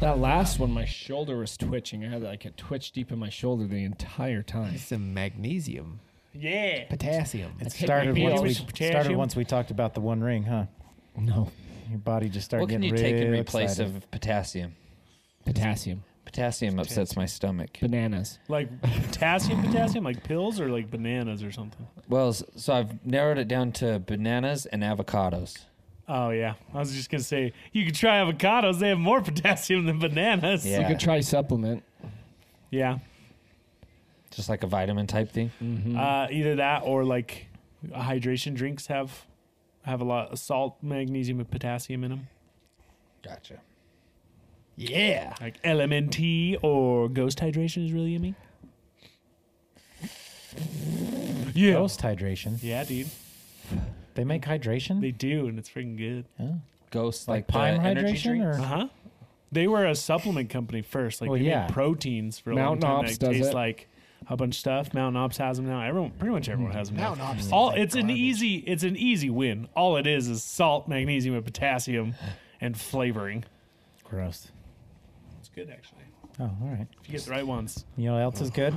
That last one, my shoulder was twitching. I had like a twitch deep in my shoulder the entire time. Some magnesium, Yeah. potassium. It take started my once pills. we Potassium. started once we talked about the One Ring, huh? No, Your body just started What can getting you take in real replace excited. of potassium? potassium, Potassium upsets my stomach. bananas. Like potassium, potassium, like pills or like bananas or something. Well, s- so I've narrowed it down to bananas and avocados. Oh yeah, I was just gonna say you could try avocados. They have more potassium than bananas. Yeah. You could try supplement. Yeah. Just like a vitamin type thing. Uh, either that or like hydration drinks have have a lot of salt, magnesium, and potassium in them, Gotcha. Yeah. like LMNT or Ghost hydration is really yummy. Yeah. Ghost hydration. Yeah, dude. They make hydration. They do, and it's freaking good. Ghosts like like, pine the energy hydration, drink. Uh or huh. They were a supplement company first. Like Well, they yeah. made proteins for a long Mountain time. Ops that does taste it. like a bunch of stuff. Mountain Ops has them now. Everyone, pretty much everyone has them. now. Mountain Ops All tastes like it's an garbage. easy, it's an easy win. All it is is salt, magnesium, and potassium, and flavoring. gross. It's good actually. Oh, all right. If you get the right ones. You know what else is good?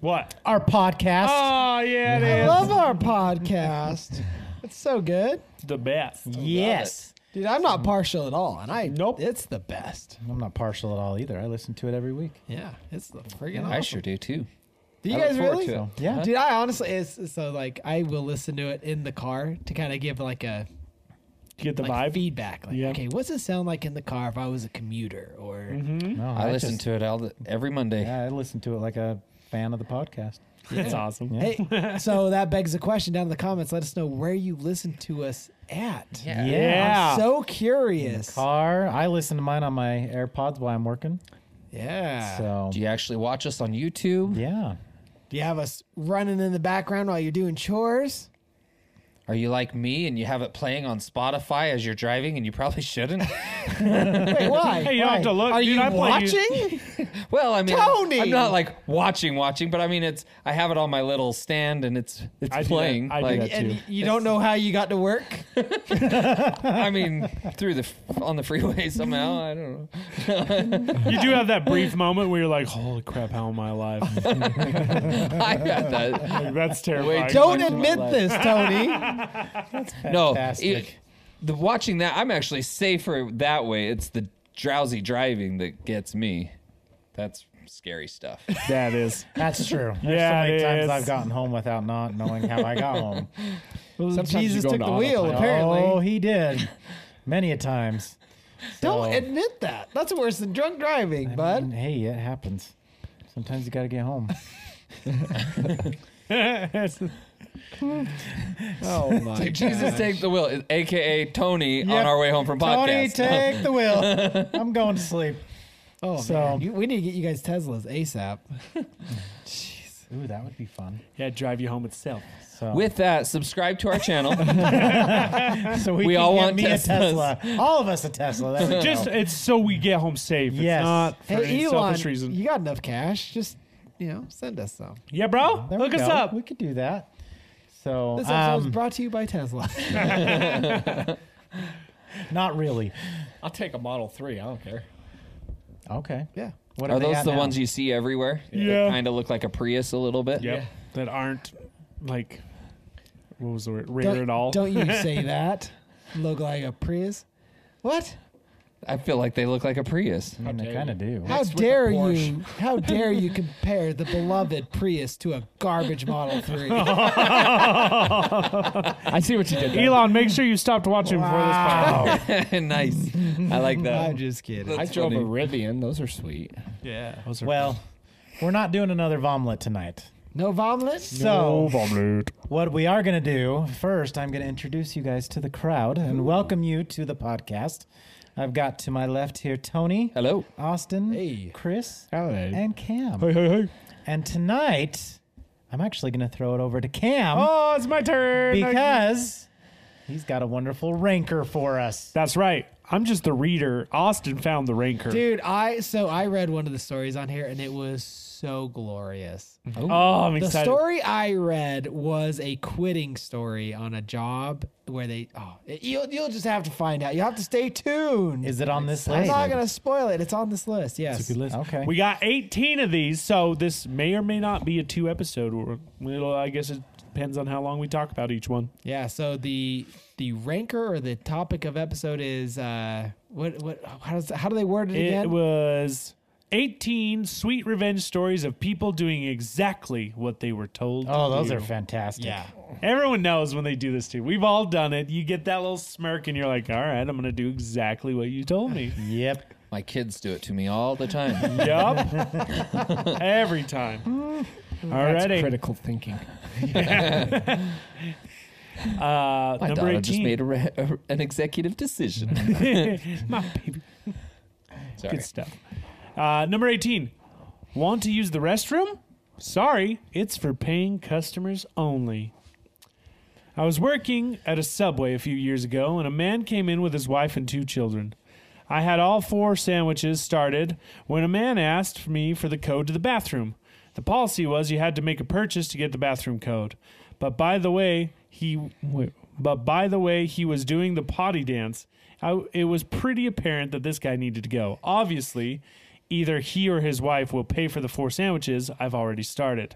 What? Our podcast. Oh yeah, it I is love our podcast. It's so good. the best. yes. Dude, I'm not partial at all, and I Nope. It's the best. I'm not partial at all either. I listen to it every week. Yeah, it's the friggin' I sure do too. Do you I look guys forward really? to it. So, yeah. Dude, I honestly it's, so like I will listen to it in the car to kind of give like a You get the like vibe. feedback. Like, Yeah. okay, what's it sound like in the car if I was a commuter or Mm-hmm. No, I, listen Oh, just- to it all the, every Monday. Yeah, I listen to it like a fan of the podcast. That's awesome. Hey, so that begs the question down in the comments. Let us know where you listen to us at. Yeah. Yeah. I'm so curious. Car. I listen to mine on my AirPods while I'm working. Yeah. So Do you actually watch us on YouTube? yeah. Do you have us running in the background while you're doing chores? Are you like me and you have it playing on Spotify as you're driving and you probably shouldn't? Wait, why? Hey, you don't Why? have to look, Are dude, you I play you- watching? well, I mean, Tony! I'm not like watching, watching, but I mean, it's I have it on my little stand and it's it's I do that- playing. I do like, that and you don't know how you got to work? I mean, through the f- on the freeway somehow. I don't know. You do have that brief moment where you're like, "Holy crap, how am I alive?" I got that. Like, That's terrifying. Don't watching my admit life. this, Tony. No, Fantastic. it- the watching that I'm actually safer that way. It's the drowsy driving that gets me. That's scary stuff. That is. That's true. There's Yeah, so many it times is. I've gotten home without not knowing how I got home. Sometimes you Jesus go took into the wheel, autopilot. apparently. Oh, he did. Many a times. Don't So, admit that. That's worse than drunk driving, I bud. mean, hey, it happens. Sometimes you got to get home. oh my Jesus, take the wheel, aka Tony, Yep. on our way home from Tony, podcast. take the wheel. I'm going to sleep. Oh, So- man. You- we need to get you guys Teslas ASAP. Ooh, that would be fun. Yeah, drive you home itself. So, With that, subscribe to our channel. so we, we can all get want me Teslas. a Tesla. All of us a Tesla. There we Just go. it's so we get home safe. Yes. It's not for Hey, any Elon, selfish reason. you got enough cash. Just, you know, send us some. yeah, bro. There we Look us go. up. We could do that. So This episode is um, brought to you by Tesla. not really. I'll take a Model Three. I don't care. Okay. yeah. What Are they those at the now? ones you see everywhere? Yeah. Kind of look like a Prius a little bit. Yep. That aren't like what was the word? Rare Don't, at all. don't you say that. Look like a Prius. What? I feel like they look like a Prius. I mean, they kind of do. How Mixed with a dare Porsche. you? How dare you compare the beloved Prius to a garbage Model 3? I see what you did. there. Elon, make sure you stopped watching before nice. I like that. I'm just kidding. I That's drove a funny. Rivian. Those are sweet. this. Yeah. Well, we're not doing another vomlet tonight. No vomit? So, what we are going to do first, I'm going to introduce you guys to the crowd and welcome you to the podcast. I've got to my left here Tony, Hello. Austin, Hey. Chris, Hello. and Cam. hey, hey. And tonight, I'm actually going to throw it over to Cam Oh, it's my turn. because he's got a wonderful ranker for us. That's right. I'm just the reader. Austin found the rancor. Dude, I so I read one of the stories on here and it was so glorious. oh, I'm The excited. story I read was a quitting story on a job where they oh it- you'll you'll just have to find out. You have to stay tuned. Is it on this I'm list? not gonna spoil it. It's on this list. Yes. Good list. Okay. We got 18 of these, so this may or may not be a two episode. Or it'll, I guess it depends on how long we talk about each one. Yeah. So the the rancor or the topic of episode is uh what what how does how do they word it, It again? was 18 sweet revenge stories of people doing exactly what they were told. Oh, to those do. are fantastic. yeah. Everyone knows when they do this too. We've all done it. You get that little smirk, and you're like, "All right, I'm gonna do exactly what you told me." Yep. My kids do it to me all the time. yup, every time. That's Alrighty, critical thinking. uh, My number daughter eighteen. just made a re- a- an executive decision. My baby. Sorry. Good stuff. Uh, number 18. Want to use the restroom? Sorry, it's for paying customers only. I was working at a subway a few years ago, and a man came in with his wife and two children. I had all four sandwiches started when a man asked me for the code to the bathroom. The policy was you had to make a purchase to get the bathroom code. But by the way, he wait, but by the way he was doing the potty dance, I, it was pretty apparent that this guy needed to go. Obviously, either he or his wife will pay for the four sandwiches I've already started.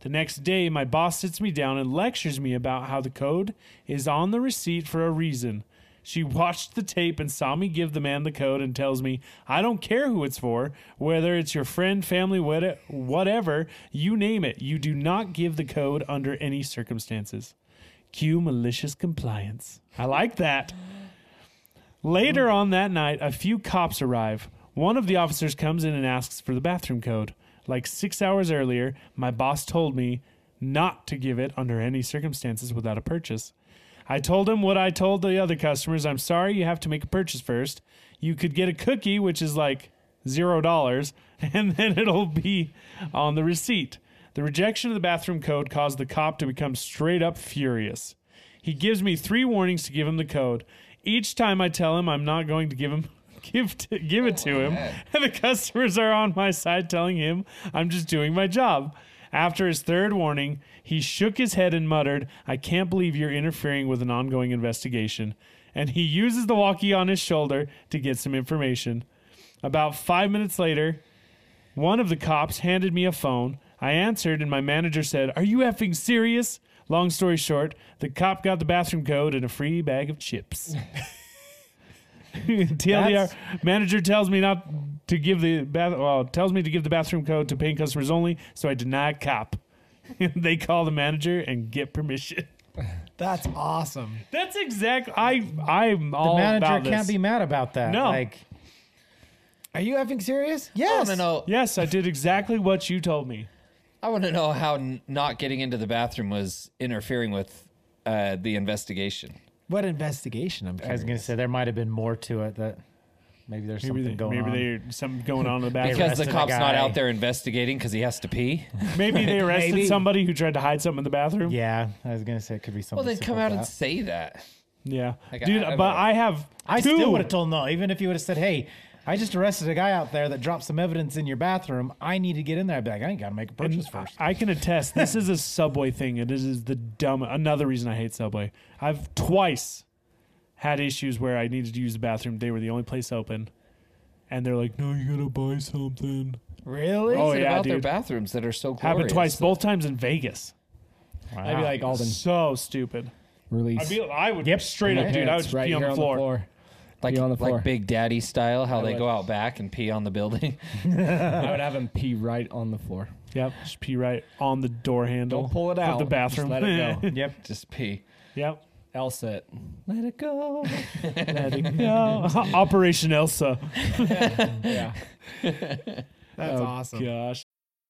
The next day, my boss sits me down and lectures me about how the code is on the receipt for a reason. She watched the tape and saw me give the man the code and tells me, I don't care who it's for, whether it's your friend, family, what- whatever, you name it, you do not give the code under any circumstances. Cue malicious compliance. I like that. Later on that night, a few cops arrive. One of the officers comes in and asks for the bathroom code. Like six hours earlier, my boss told me not to give it under any circumstances without a purchase. I told him what I told the other customers I'm sorry, you have to make a purchase first. You could get a cookie, which is like zero dollars, and then it'll be on the receipt. The rejection of the bathroom code caused the cop to become straight up furious. He gives me three warnings to give him the code. Each time I tell him I'm not going to give him give to, give it to him, and the customers are on my side telling him I'm just doing my job. After his third warning, he shook his head and muttered, "I can't believe you're interfering with an ongoing investigation." And he uses the walkie on his shoulder to get some information. About 5 minutes later, one of the cops handed me a phone. I answered, and my manager said, Are you effing serious? Long story short, the cop got the bathroom code and a free bag of chips. TLDR manager tells me not to give the bath well, tells me to give the bathroom code to paying customers only, so I deny cop. they call the manager and get permission. That's awesome. That's exact I I'm all The about manager this. can't be mad about that. No. Like, Are you effing serious? I Yes. want to know. Yes, I did exactly what you told me. I want to know how n- not getting into the bathroom was interfering with uh, the investigation. What investigation? I'm I was curious. gonna say there might have been more to it that maybe there's Maybe something they, going maybe on. there's something going on in the bathroom. Because the arrested a cop's not guy. out there investigating because he has to pee. Maybe they arrested Maybe. somebody who tried to hide something in the bathroom. yeah, I was gonna say it could be Well, something. then come simple out as and that. say that. Yeah, Like, dude. I- I but would've- I have. I two. still would have told no, even if you would have said, "Hey, I just arrested a guy out there that dropped some evidence in your bathroom. I need to get in there." I'd be like, "I ain't gotta make a And purchase uh, first. I can attest. This is a subway thing. It is, is the dumb. Another reason I hate subway. I've twice had issues where I needed to use the bathroom. They were the only place open, and they're like, "No, you gotta buy something." Really? Oh, Is it yeah, about their dude. bathrooms that are so glorious? Happened twice, both times in Vegas. I'd be like Alden, So stupid. release. I'd be, I would Yep. straight up, dude. I would It's just right pee on here the floor. like, Pee on the floor. like Big Daddy style, how they would. go out back and pee on the building. I would have him pee right on the floor. Yep, just pee right on the door handle. Don't pull it Of out. the Just bathroom. let it go. Yep. Just pee. yep. Elsa, it. Let it go. Yeah. Operation Elsa. Yeah. That's Oh, awesome. Gosh.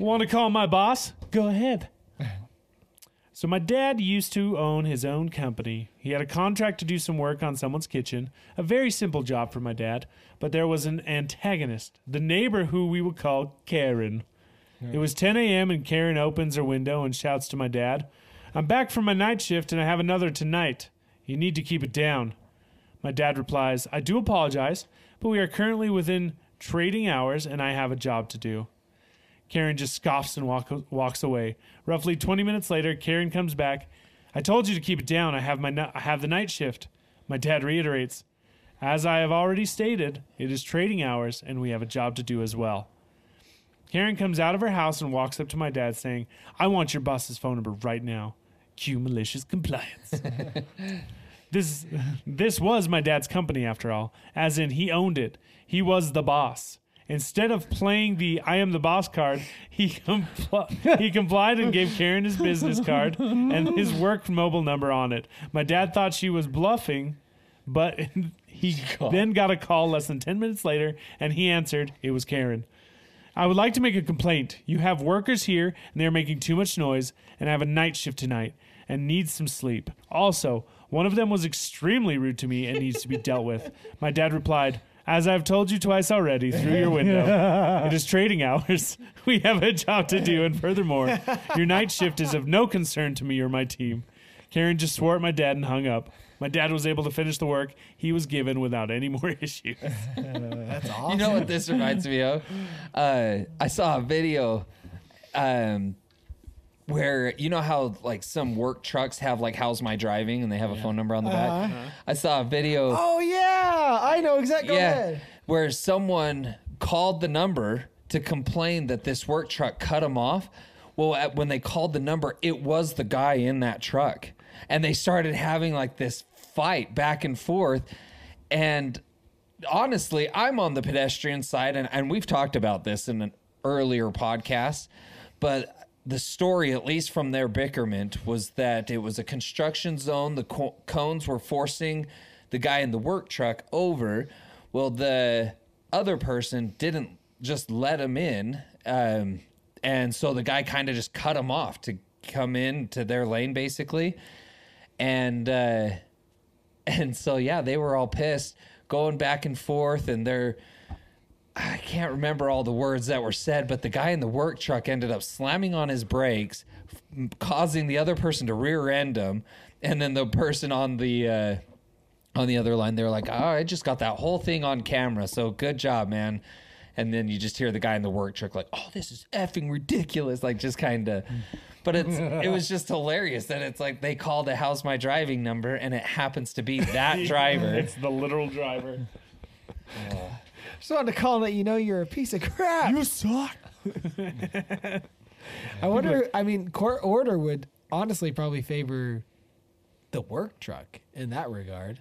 Want to call my boss? Go ahead. So, my dad used to own his own company. He had a contract to do some work on someone's kitchen, a very simple job for my dad, but there was an antagonist, the neighbor who we will call Karen. It was 10 a.m., and Karen opens her window and shouts to my dad, I'm back from my night shift and I have another tonight. You need to keep it down. My dad replies, I do apologize, but we are currently within trading hours and I have a job to do. Karen just scoffs and walk, walks away. Roughly 20 minutes later, Karen comes back. I told you to keep it down. I have my ni- I have the night shift. My dad reiterates, as I have already stated, it is trading hours and we have a job to do as well. Karen comes out of her house and walks up to my dad saying, "I want your boss's phone number right now." Cue malicious compliance. this this was my dad's company after all, as in he owned it. He was the boss. Instead of playing the "I am the boss" card, he compl- he complied and gave Karen his business card and his work mobile number on it. My dad thought she was bluffing, but he then got a call less than ten minutes later, and he answered. It was Karen. I would like to make a complaint. You have workers here and they are making too much noise, and I have a night shift tonight and need some sleep. Also, one of them was extremely rude to me and needs to be dealt with. My dad replied, As I've told you twice already through your window, it is trading hours. We have a job to do, and furthermore, your night shift is of no concern to me or my team. Karen just swore at my dad and hung up. My dad was able to finish the work he was given without any more issues. You know what this reminds me of? Uh, I saw a video um, where you know how like some work trucks have like "How's my driving" and they have a phone number on the back. I saw a video. Uh-huh. Oh yeah, I know exactly. Go ahead. Where someone called the number to complain that this work truck cut them off. Well, at, when they called the number, it was the guy in that truck. And they started having like this fight back and forth. And honestly, I'm on the pedestrian side, and, and we've talked about this in an earlier podcast, but the story, at least from their bickerment, was that it was a construction zone. The co- cones were forcing the guy in the work truck over. Well, the other person didn't just let him in. Um, and so the guy kind of just cut him off to come in to their lane, basically. And, uh, and so yeah, they were all pissed, going back and forth, and they're I can't remember all the words that were said, but the guy in the work truck ended up slamming on his brakes, f- causing the other person to rear end him, and then the person on the uh, on the other line, they were like, "Oh, I just got that whole thing on camera, so good job, man." And then you just hear the guy in the work truck like, "Oh, this is effing ridiculous!" Like just kind of, but it's it was just hilarious that it's like they called a "How's my driving?" number, and it happens to be that driver. it's the literal driver. Just wanted to call and let you know you're a piece of crap. suck. I wonder. I mean, court order would honestly probably favor the work truck in that regard,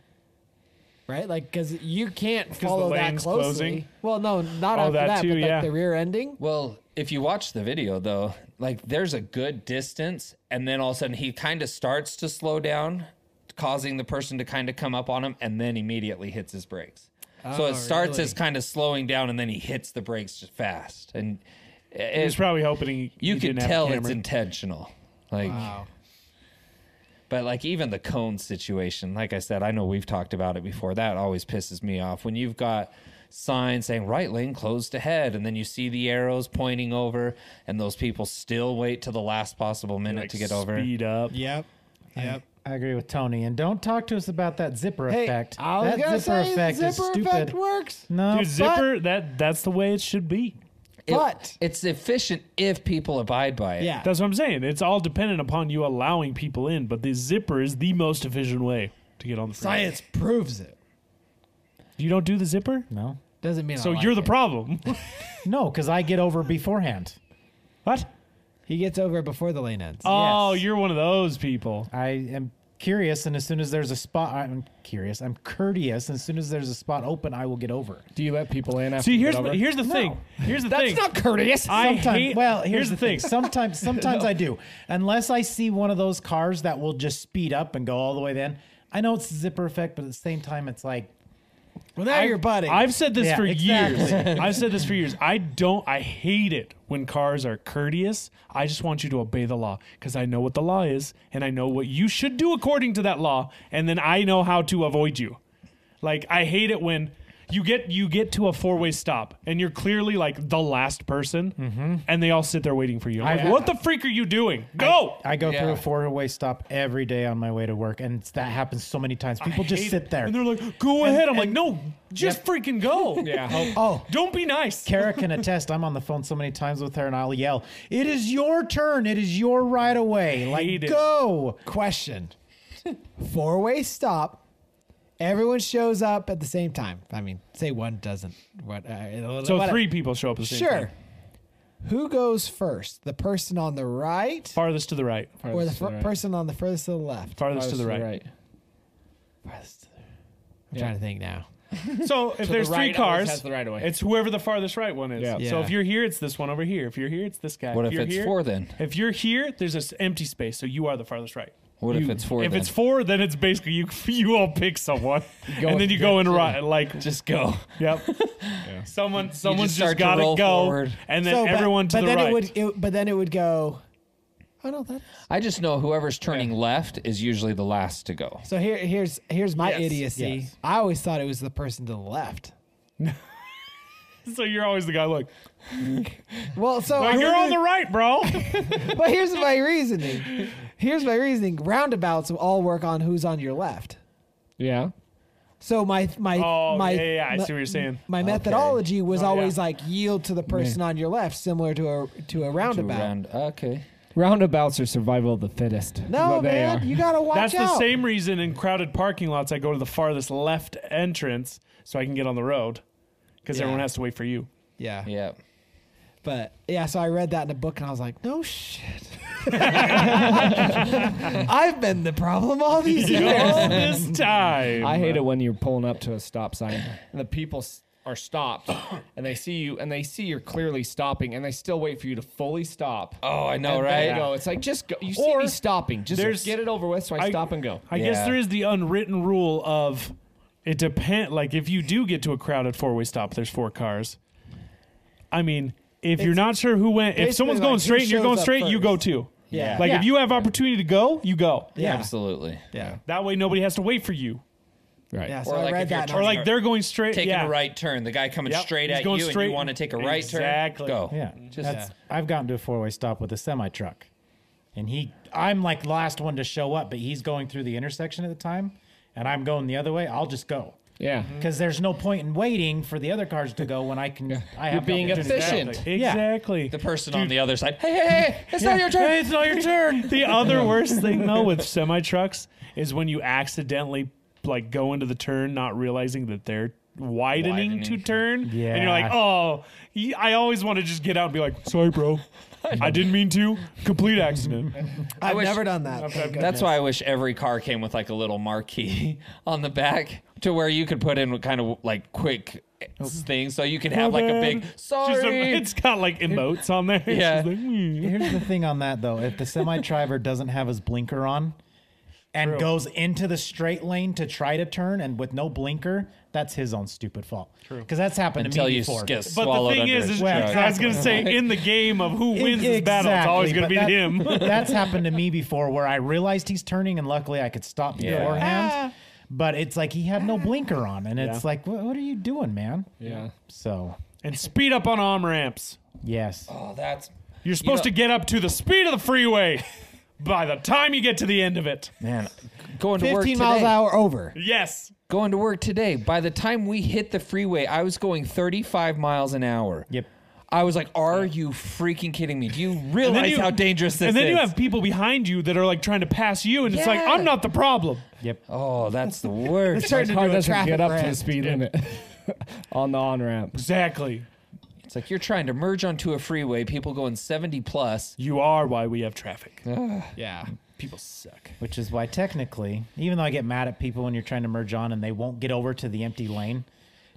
right? Like, because you can't follow that lane's closely. closing? Well, no, not Oh, after that that, too, but yeah. like the rear ending. Well, if you watch the video though, like there's a good distance, and then all of a sudden he kind of starts to slow down, causing the person to kind of come up on him, and then immediately hits his brakes. Oh, so it starts as really? kind of slowing down, and then he hits the brakes just fast, and eh, He it, was probably hoping you he can didn't have a tell it's camera. intentional. Like, but like even the cone situation, like I said, I know we've talked about it before. That always pisses me off when you've got signs saying right lane closed ahead, and then you see the arrows pointing over, and those people still wait to the last possible minute Like, to get over. Speed up. Yep. Yep. I agree with Tony. And don't talk to us about that zipper Hey, effect. I was that gonna say the zipper effect works. no, Dude, zipper that that's the way it should be. It- But- it's efficient if people abide by it. Yeah. That's what I'm saying. It's all dependent upon you allowing people in, but the zipper is the most efficient way to get on the freeway. Science proves it. You don't do the zipper? no. Doesn't mean I So like you're the it. problem. No, because I get over beforehand. what? He gets over before the lane ends. Oh, you're one of those people. I am curious, and as soon as there's a spot, I'm curious. I'm courteous, and as soon as there's a spot open, I will get over. Do you let people in after? See, you here's get the, over? here's the thing. Here's the thing. courteous. I Sometime- hate. well, here's, the, thing. Sometimes, sometimes I do, unless I see one of those cars that will just speed up and go all the way. Then I know it's the zipper effect, but at the same time, it's like well, now you're butting. I've said this Yeah, for years. exactly. I've said this for years. I don't. I hate it when cars are courteous. I just want you to obey the law because I know what the law is and I know what you should do according to that law, and then I know how to avoid you. Like I hate it when you get you get to a four way stop and you're clearly like the last person, and they all sit there waiting for you. I'm Mm-hmm. I- like, what the freak are you doing? Go. I go through Yeah. a four-way stop every day on my way to work, and it's- that happens so many times. People I just hate sit it. there. and they're like, "Go ahead." I'm like, "No, just freaking go." yeah. oh, Don't be nice. Kara can attest. I'm on the phone so many times with her, and I'll yell, "It is your turn. It is your right away. hate Like it. go." question. Four way stop. Everyone shows up at the same time. I mean, say one doesn't. What? Uh, So what- three people show up at the same Sure. time. Who goes first? The person on the right Farthest to the right. or the Farthest to fir- right. person on the furthest to the left? Farthest, to the right. Farthest to the- I'm Yeah. trying to think now. So if there's three right always cars, has the right of way. it's whoever the farthest right one is. Yeah. So Yeah. if you're here, it's this one over here. If you're here, it's this guy. What if you're it's here- four then? If you're here, there's this empty space, so you are the farthest right. What if You- it's four If then? it's four, then it's basically you. You all pick someone, and then you go and right, like just go. Yep. Someone, someone's just, start to got to roll go, forward. and then So, but- everyone to but the then right. It would, it, but then it would go. Oh no, that's I just know whoever's turning left is usually the last to go. So here, here's here's my Yes, idiocy. I always thought it was the person to the left. so you're always the guy. Look, Well, so like, I you're literally- on the right, bro. but here's my reasoning. Here's my reasoning. Roundabouts all work on who's on your left. Yeah. So my my Oh, my yeah, yeah, I my- see what you're saying. Oh, My methodology was yeah. always like yield to the person on your left, similar to a to a To roundabout. round- Okay. Roundabouts are survival of the fittest. is No what they man, are. you gotta watch That's out. the same reason in crowded parking lots I go to the farthest left entrance so I can get on the road because Yeah. everyone has to wait for you. Yeah. Yeah. but yeah. So I read that in a book, and I was like, no shit. I've been the problem all these years. All this time. I hate it when you're pulling up to a stop sign and the people s- are stopped and they see you and they see you're clearly stopping and they still wait for you to fully stop. Oh, I know, and right? Then go. It's like just go. You see Or me stopping. there's- Just get it over with. So I, I- stop and go. I guess Yeah. there is the unwritten rule of it depend like if you do get to a crowded four-way stop, there's four cars. I mean, if you're not sure who went, if basically someone's like going who straight and you're shows going up straight, you go first. too. Yeah. Like Yeah. if you have opportunity to go, you go. Yeah. Absolutely. Yeah. That way nobody has to wait for you. Right. Yeah, Yeah. so Or I like read if you're that. and I Or was like they're going straight. Taking yeah. a right turn. The guy coming Yep. straight He's at you, going and straight- you want to take a right Exactly. turn. Go. Yeah, Just- that's, I've gotten to a four-way stop with a semi truck, and he, I'm like last one to show up, but he's going through the intersection at the time, and I'm going the other way. I'll just go Mm-hmm. because there's no point in waiting for the other cars to go when I can. I You're have the being opportunity to go. efficient. Exactly. The person on the other side. Hey, hey, hey! It's not your turn. Hey, it's not your turn. the other worst thing though with semi trucks is when you accidentally like go into the turn not realizing that they're widening, to Widening. turn. And you're Yeah. like, oh, y- I always want to just get out and be like, sorry, bro. I didn't mean to. Complete accident. I've wish- never done that. thank God. That's why I wish every car came with like a little marquee on the back to where you could put in kind of like quick things so you could have like a big Just sorry. it's got like emotes on there. It's Yeah. just like, "Hmm." Here's the thing on that though: if the semi driver doesn't have his blinker on and goes into the straight lane to try to turn and with no blinker, that's his own stupid fault. True, because that's happened until to me you before. get But swallowed the thing under is, a is truck. Well, I was gonna say in the game of who wins this battle, it's always gonna Exactly, be but him. that- that's happened to me before where I realized he's turning and luckily I could stop Yeah. beforehand. Ah. But it's like he had no blinker on and it's like, what, what are you doing, man? Yeah. So, and speed up on arm ramps. yes. oh, that's You're supposed to get up to the speed of the freeway by the time you get to the end of it. man going to work 15 today. miles an hour over. Yes. Going to work today. By the time we hit the freeway, I was going 35 miles an hour. Yep. I was like, "Are you freaking kidding me? Do you realize how dangerous this And then is?" you have people behind you that are like trying to pass you, and it's like, Yeah. I'm not the problem. Yep. oh, that's the worst. My car into a doesn't traffic get up to wreck. the speed limit. on the on ramp. Exactly. It's like you're trying to merge onto a freeway, people going 70 plus. You are why we have traffic. Yeah. People suck. Which is why technically, even though I get mad at people when you're trying to merge on and they won't get over to the empty lane,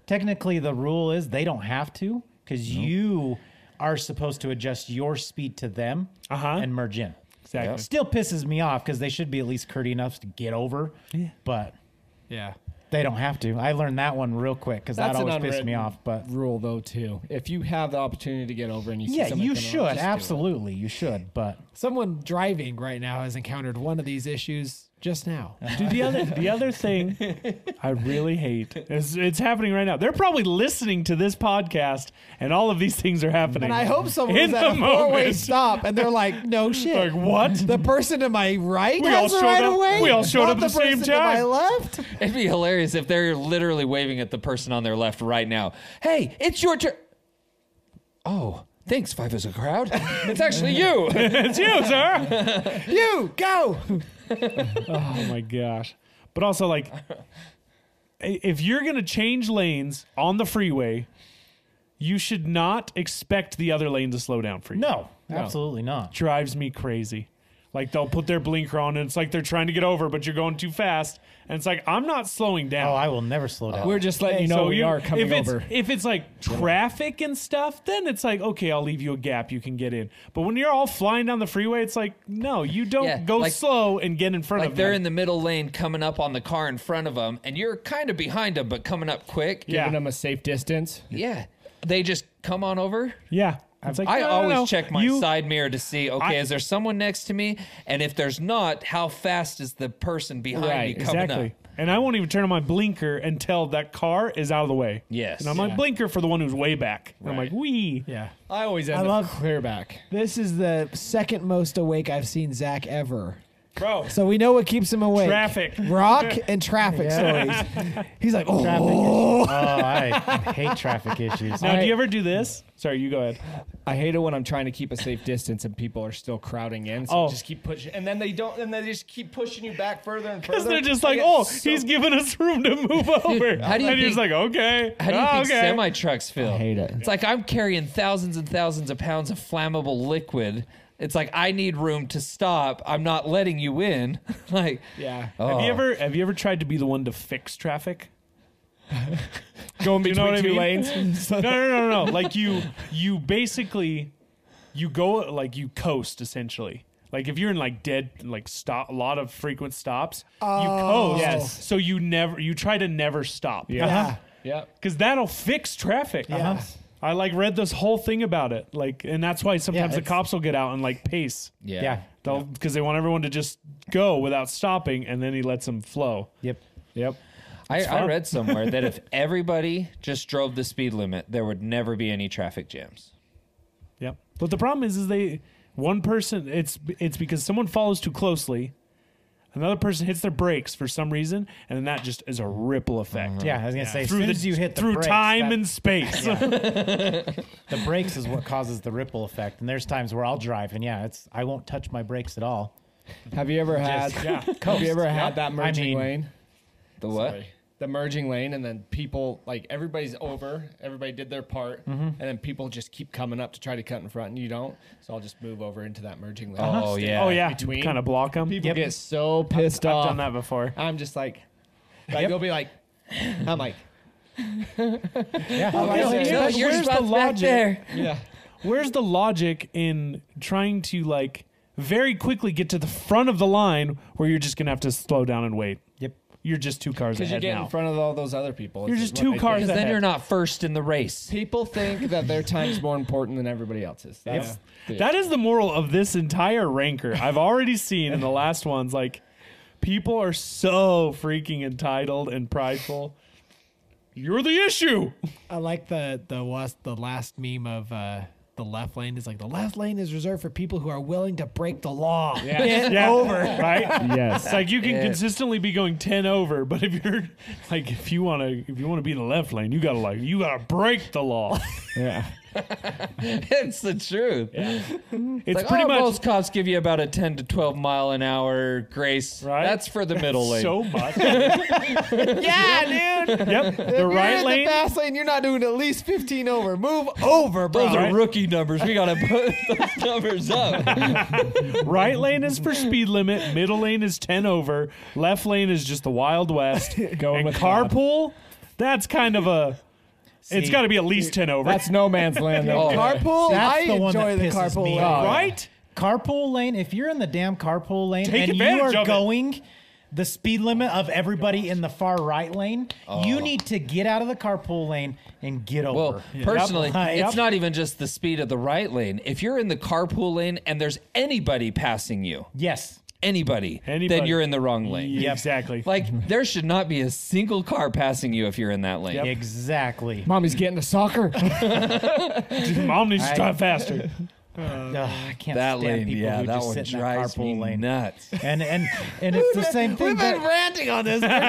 technically the rule is they don't have to because you are supposed to adjust your speed to them Uh-huh. and merge in. Exactly. Still pisses me off because they should be at least courteous enough to get over, but Yeah. they don't have to. I learned that one real quick because that That's an always pissed me unwritten off. But Rule though too. If you have the opportunity to get over and you see yeah, somebody you coming on, should just do it. absolutely, you should. But Someone driving right now has encountered one of these issues just now. Dude, the other the other thing I really hate is it's happening right now. They're probably listening to this podcast, and all of these things are happening. And I hope someone In was at a the four-way moment. stop and they're like, "No shit." Like what? The person to my right We all has the showed right up- of way. we all showed not up at the same person to my time. left. It'd be hilarious if they're literally waving at the person on their left right now. Hey, it's your turn. Oh, thanks, Five is a Crowd. It's actually you. It's you, sir. You go. oh my gosh. But also like i- if you're gonna change lanes on the freeway, you should not expect the other lane to slow down for you. no, absolutely not. drives me crazy. Like they'll put their blinker on and it's like they're trying to get over, but you're going too fast. And it's like, I'm not slowing down. Oh, I will never slow down. We're just letting you know we are coming if it's, over. If it's like traffic and stuff, then it's like, okay, I'll leave you a gap you can get in. But when you're all flying down the freeway, it's like, no, you don't Yeah, go like- slow and get in front Like of they're them. in the middle lane coming up on the car in front of them, and you're kind of behind them, but coming up quick. yeah. Giving them a safe distance. Yeah. They just come on over. yeah. It's like, I no, no, always no. check my You- side mirror to see, okay, I- is there someone next to me? And if there's not, how fast is the person behind Right, me coming Exactly. up? And I won't even turn on my blinker until that car is out of the way. Yes. And I'm like, blinker for the one who's way back. And I'm like, wee. Yeah. I always end I up love- clear back. This is the second most awake I've seen Zach ever. Bro. So we know what keeps him awake. Traffic. rock, and traffic stories. He's like, oh, Traffic issues. Oh, I hate traffic issues. Now, do I- you ever do this? Sorry, you go ahead. I hate it when I'm trying to keep a safe distance and people are still crowding in. So Oh. I just keep pushing, and then they don't, and they just keep pushing you back further and further. Because they're just I like, get oh, so- he's giving us room to move over. how do you and he's like, think- okay. How do you ah, think okay. semi trucks feel? hate it. It's like I'm carrying thousands and thousands of pounds of flammable liquid. It's like I need room to stop. I'm not letting you in. like yeah, Have Oh. you ever have you ever tried to be the one to fix traffic? going you know between what I two mean? lanes. No, no, no, no, no. like you you basically you go like you coast essentially. Like if you're in like dead like stop a lot of frequent stops, you coast. Yes. So you never you try to never stop. Yeah. Oh. Yeah. yep. Because that'll fix traffic. Yeah. I like read this whole thing about it. Like and that's why sometimes the it's- cops will get out and like pace. yeah. Yeah. They'll because they want everyone to just go without stopping, and then he lets them flow. Yep. Yep. I, I fun. read somewhere that if everybody just drove the speed limit, there would never be any traffic jams. Yep. But the problem is, is they one person it's it's because someone follows too closely, another person hits their brakes for some reason, and then that just is a ripple effect. Yeah, I was gonna say as Through soon the as you hit the through brakes, time that- and space. the brakes is what causes the ripple effect. And there's times where I'll drive and yeah, it's I won't touch my brakes at all. Have you ever had? have you ever had that merging mean- lane? The what? The merging lane, and then people like everybody's over. Everybody did their part, and then people just keep coming up to try to cut in front, and you don't. So I'll just move over into that merging lane. Oh, Stay- yeah. oh yeah, Uh-huh. Between. kind of block Uh, them. People get so pissed I've off. done that before. I'm just like, like they'll be like, I'm like, Yeah, yeah. No, Where's your the spot's back logic? there. yeah, Where's the logic in trying to like very quickly get to the front of the line where you're just gonna have to slow down and wait? Yep. You're just two cars because you ahead get now. in front of all those other people. You're It's just what two they cars think. Because then ahead. you're not first in the race. People think that their time's more important than everybody else's. That's the- That is the moral of this entire ranker. I've already seen in the last ones, like, people are so freaking entitled and prideful. You're the issue. I like the the was the last meme of uh, the left lane is like the left lane is reserved for people who are willing to break the law. Yeah. over. Right? It's yes. like you can consistently be going ten over, but if you're like if you wanna if you wanna be in the left lane, you gotta like you gotta break the law. yeah. it's the truth. It's Like, pretty oh, much most cops give you about a 10 to 12 mile an hour grace. Right? That's for the middle lane. so much. yeah, dude. Yep. The right You're in lane. the fast lane. You're not doing at least 15 over. Move over, bro. Those Right. are rookie numbers. We got to put those numbers up. Right lane is for speed limit. Middle lane is 10 over. Left lane is just the Wild West. Going and with carpool, that's kind of a. it's See, got to be at least 10 over. That's no man's land. though. Oh. Carpool. That's I the one enjoy that the pisses carpool. me lane. off. right? Carpool lane. If you're in the damn carpool lane Take and you advantage are of it. going the speed limit of everybody in the far right lane, you need to get out of the carpool lane and get over. Oh. Well, personally, Yep. it's not even just the speed of the right lane. If you're in the carpool lane and there's anybody passing you, yes. anybody, then Anybody. you're in the wrong lane. Yeah, Exactly. Like there should not be a single car passing you if you're in that lane. Exactly. Uh, Mommy's getting to soccer. Mom needs to drive faster. Ugh, I can't That stand lane, people yeah, who that just one sit in that drives carpool me lane. nuts. And and and it's the same thing. that- ranting on this for 20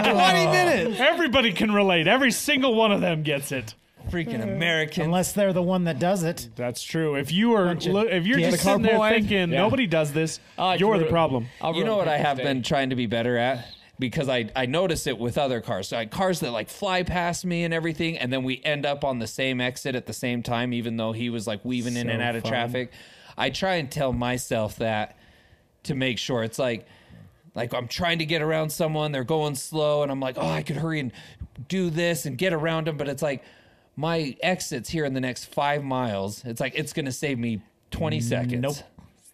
minutes. Everybody can relate. Every single one of them gets it. Freaking American. unless they're the one that does it. That's true. If you are of lo- if you're dicks. just sitting there Carpool lane? thinking Yeah. nobody does this, like you're to the ru- problem. I'll you ruin know what I people's have day. been trying to be better at because I I notice it with other cars. So like cars that like fly past me and everything, and then we end up on the same exit at the same time, even though he was like weaving in So and out of fun. traffic. I try and tell myself that to make sure it's like like I'm trying to get around someone, they're going slow, and I'm like, oh, I could hurry and do this and get around them, but it's like my exits here in the next five miles. It's like it's gonna save me twenty seconds. Nope.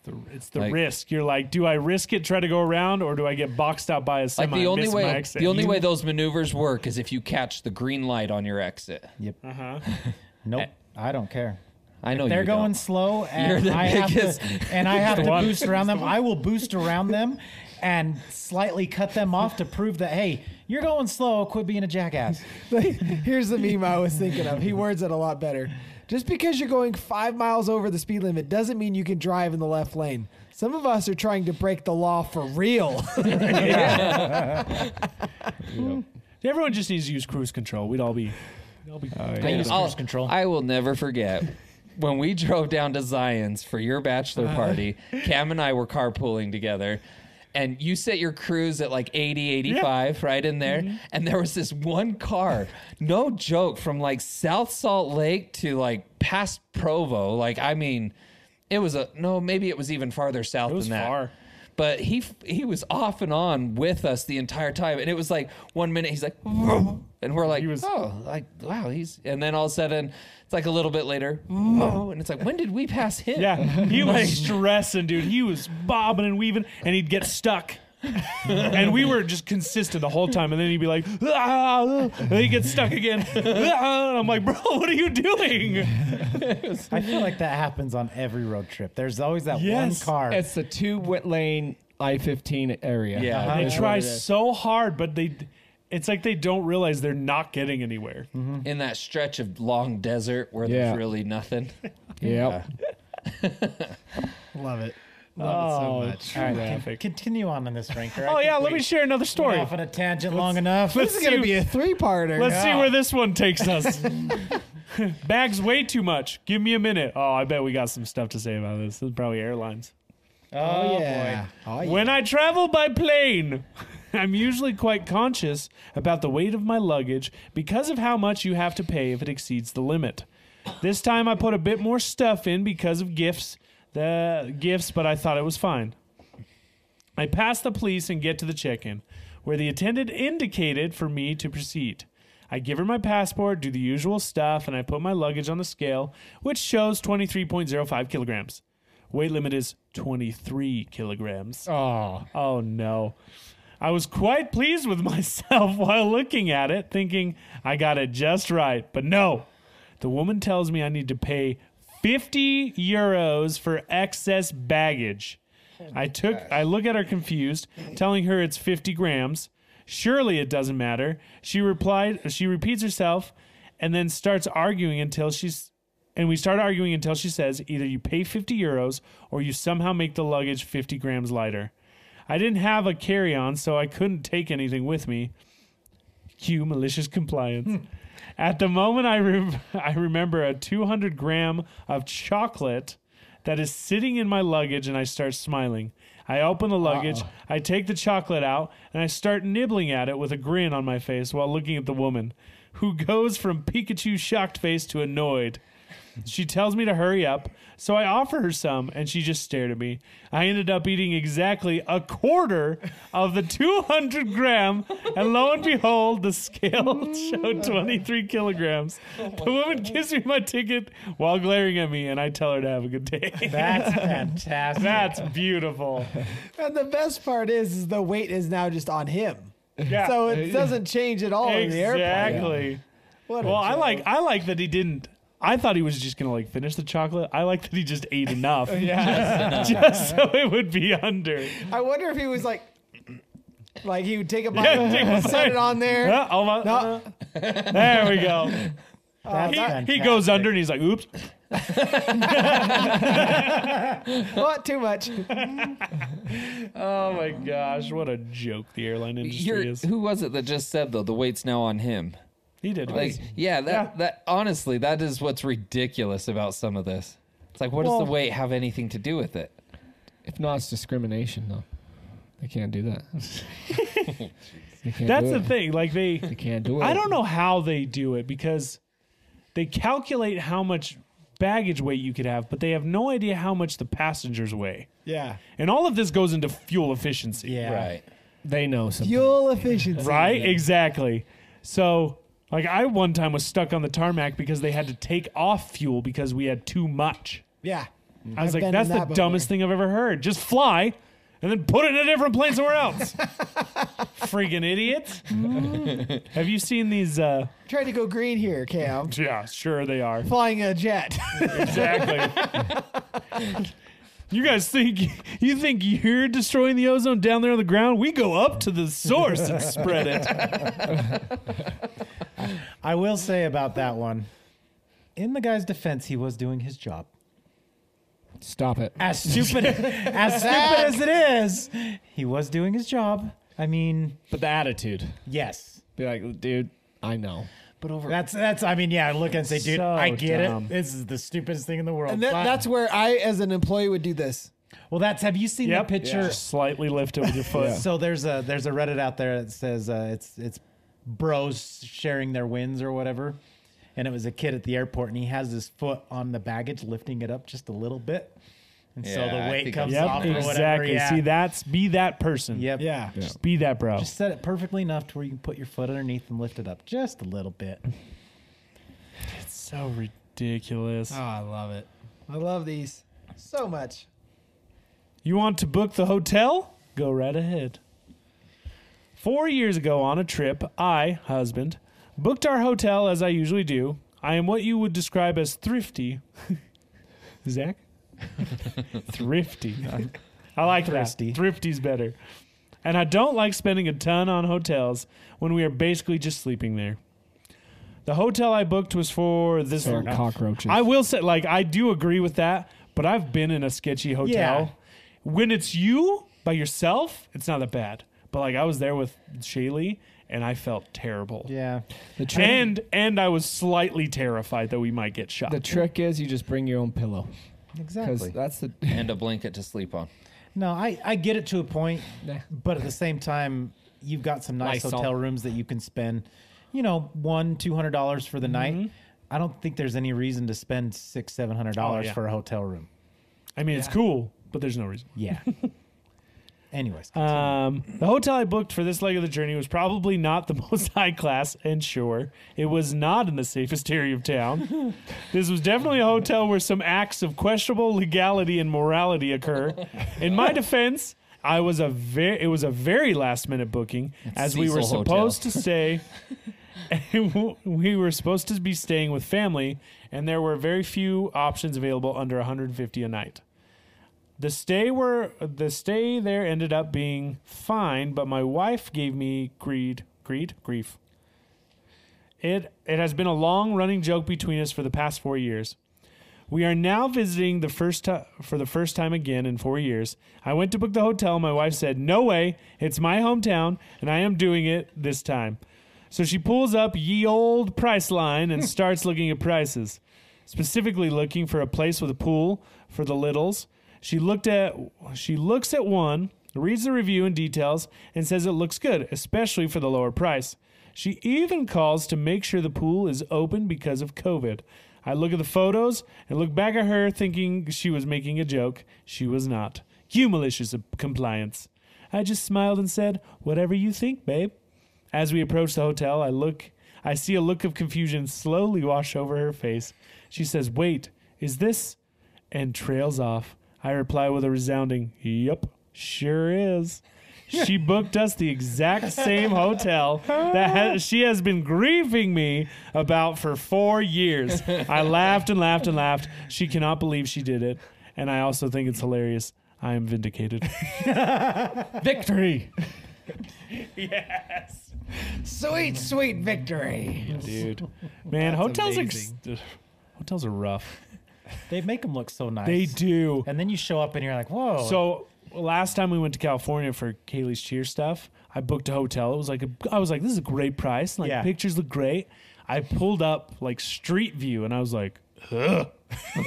The- it's the Like- risk. You're like, do I risk it, try to go around, or do I get boxed out by a semi? Like the and only miss way my exit? the only You- way those maneuvers work is if you catch the green light on your exit. Yep. Uh-huh. Eh. Nope. I don't care. I know They're you going Don't. slow, You're and the I biggest- have to, and I have to one. boost around them. I will boost around them and slightly cut them off to prove that hey, you're going slow. Quit being a jackass. Here's the meme I was thinking of. He words it a lot better. Just because you're going five miles over the speed limit doesn't mean you can drive in the left lane. Some of us are trying to break the law for real. Everyone just needs to use cruise control. We'd all be. we'd all be- I use I'll- cruise control. I will never forget when we drove down to Zion's for your bachelor Uh-huh. party. Cam and I were carpooling together. And you set your cruise at like 80, 85, right in there. Mm-hmm. And there was this one car, no joke, from like South Salt Lake to like past Provo. Like, I mean, it was a, no, maybe it was even farther south It was than that. far. But he he was off and on with us the entire time, and it was like one minute he's like, and we're like, was- oh, like wow, he's, and then all of a sudden it's like a little bit later, and it's like when did we pass him? Yeah, he was stressing, dude. He was bobbing and weaving, and he'd get stuck. and we were just consistent the whole time, and then he'd be like, ah, ah," and he'd get stuck again. Ah, and I'm like, bro, what are you doing? I feel like that happens on every road trip. There's always that Yes, one car. It's the two wit lane I fifteen area. Yeah. Uh-huh. They They That's what try it is. so hard, but they, it's like they don't realize they're not getting anywhere. in that stretch of long desert where Yeah. there's really nothing. Yep. Love it. Love it so much. Oh, All right, traffic. Continue on in this ranker. I Oh could yeah, let me wait. share another story. off on a tangent long enough. Let's This is going see- to be a three parter. Let's see where this one takes us. Bags weigh too much. Give me a minute. Oh, I bet we got some stuff to say about this. This is probably airlines. Oh, yeah. Oh, yeah. When I travel by plane, I'm usually quite conscious about the weight of my luggage because of how much you have to pay if it exceeds the limit. This time I put a bit more stuff in because of gifts, the gifts, but I thought it was fine. I pass the police and get to the check in, where the attendant indicated for me to proceed. I give her my passport, do the usual stuff, and I put my luggage on the scale, which shows 23.05 kilograms. Weight limit is 23 kilograms. Oh, Oh no. I was quite pleased with myself while looking at it, thinking I got it just right. But no, the woman tells me I need to pay 50 euros for excess baggage. I took I look at her confused, telling her it's 50 grams. Surely it doesn't matter. She replied she repeats herself and then starts arguing until she's and we start arguing until she says either you pay 50 euros or you somehow make the luggage 50 grams lighter. I didn't have a carry on, so I couldn't take anything with me. Cue malicious compliance. At the moment, I re- I remember a 200 gram of chocolate that is sitting in my luggage, and I start smiling. I open the luggage, I take the chocolate out, and I start nibbling at it with a grin on my face while looking at the woman, who goes from Pikachu shocked face to annoyed. She tells me to hurry up, so I offer her some, and she just stared at me. I ended up eating exactly a quarter of the 200 gram, and lo and behold, the scale showed 23 kilograms. The woman gives me my ticket while glaring at me, and I tell her to have a good day. That's fantastic. That's beautiful. And the best part is, is the weight is now just on him. Yeah. So it doesn't change at all in the airplane. exactly. What a Well, I joke. like I like that he didn't. I thought he was just gonna like finish the chocolate. I like that he just ate enough, yeah, just, just so it would be under. I wonder if he was like, like he would take a bite, Yeah, take a set bite. it on there. Huh? Oh my- No. There we go. That's He, he fantastic. goes under and he's like, "Oops." Not too much. Oh my gosh, what a joke the airline You're- industry is. who was it that just said though the weight's now on him? He did. Like, yeah, that Yeah. that honestly, that is what's ridiculous about some of this. It's like, what Well- does the weight have anything to do with it? If not, it's discrimination, though. They can't do that. They can't That's do the it. thing. Like they. They can't do it. I don't know how they do it because they calculate how much baggage weight you could have, but they have no idea how much the passengers weigh. Yeah. And all of this goes into fuel efficiency. Yeah. Right. They know something. Fuel efficiency. Right? Exactly. So, like, I one time was stuck on the tarmac because they had to take off fuel because we had too much. Yeah. I was I've like, been that's in the that before." dumbest thing I've ever heard. Just fly and then put it in a different plane somewhere else. Freaking idiots. Have you seen these? Uh, Trying to go green here, Cam. yeah, sure they are. Flying a jet. Exactly. you guys think you think you're destroying the ozone down there on the ground? We go up to the source and spread it. I will say about that one. In the guy's defense, he was doing his job. Stop it. As stupid as stupid as it is, he was doing his job. I mean, But the attitude. yes. Be like, dude, I know. But over That's that's I mean, yeah, look and say, dude, So I get dumb. it. This is the stupidest thing in the world. and that, but- that's where I, as an employee, would do this. well that's have you seen Yep. the picture? Just Slightly lift it with your foot. So there's a there's a Reddit out there that says uh, it's it's bros sharing their wins or whatever. And it was a kid at the airport and he has his foot on the baggage, lifting it up just a little bit. And so Yeah, the I weight think comes I've off Yep, or whatever. exactly. Yeah. See, that's be that person. Yep. Yeah. Just be that bro. Just set it perfectly enough to where you can put your foot underneath and lift it up just a little bit. so ridiculous. Oh, I love it. I love these so much. You want to book the hotel? Go right ahead. Four years ago on a trip, I, husband, booked our hotel as I usually do. I am what you would describe as thrifty. Zach? thrifty. I like Thrifty. that. Thrifty's better. And I don't like spending a ton on hotels when we are basically just sleeping there. The hotel I booked was for this They're cockroaches. I will say, like, I do agree with that, but I've been in a sketchy hotel. Yeah. When it's you by yourself, it's not that bad. But like, I was there with Shaylee, and I felt terrible. Yeah. and and I was slightly terrified that we might get shot. the trick is you just bring your own pillow. Because Exactly. that's the. and a blanket to sleep on. No, I, I get it to a point, Yeah. but at the same time, you've got some nice Lysol. hotel rooms that you can spend, you know, one, two hundred dollars for the night. I don't think there's any reason to spend six, seven hundred Oh, dollars yeah. for a hotel room. I mean, it's cool, but there's no reason. Yeah. Anyways, Um, the hotel I booked for this leg of the journey was probably not the most high class, and sure, it was not in the safest area of town. this was definitely a hotel where some acts of questionable legality and morality occur. In my defense, I was a very it was a very last minute booking as we were Cecil supposed to stay. we were supposed to be staying with family, and there were very few options available under 150 a night. The stay were the stay there ended up being fine, but my wife gave me greed, greed, grief. It it has been a long running joke between us for the past 4 years. We are now visiting the first ti- for the first time again in 4 years. I went to book the hotel, my wife said, "No way, it's my hometown and I am doing it this time." So she pulls up ye old price line and starts looking at prices, specifically looking for a place with a pool for the littles. She looked at she looks at one, reads the review in details, and says it looks good, especially for the lower price. She even calls to make sure the pool is open because of COVID. I look at the photos and look back at her thinking she was making a joke. She was not. You malicious compliance. I just smiled and said, Whatever you think, babe. As we approach the hotel, I look I see a look of confusion slowly wash over her face. She says, "Wait, is this?" and trails off. I reply with a resounding, "Yep, sure is." She booked us the exact same hotel that ha- she has been grieving me about for 4 years. I laughed and laughed and laughed. She cannot believe she did it, and I also think it's hilarious. I am vindicated. Victory. yes. Sweet, sweet victory. dude. Man, hotels are ex- hotels are rough. They make them look so nice. They do. And then you show up and you're like, whoa. So last time we went to California for Kaylee's cheer stuff, I booked a hotel. It was like a, I was like, this is a great price. Like Yeah. pictures look great. I pulled up like Street View, and I was like, Ugh.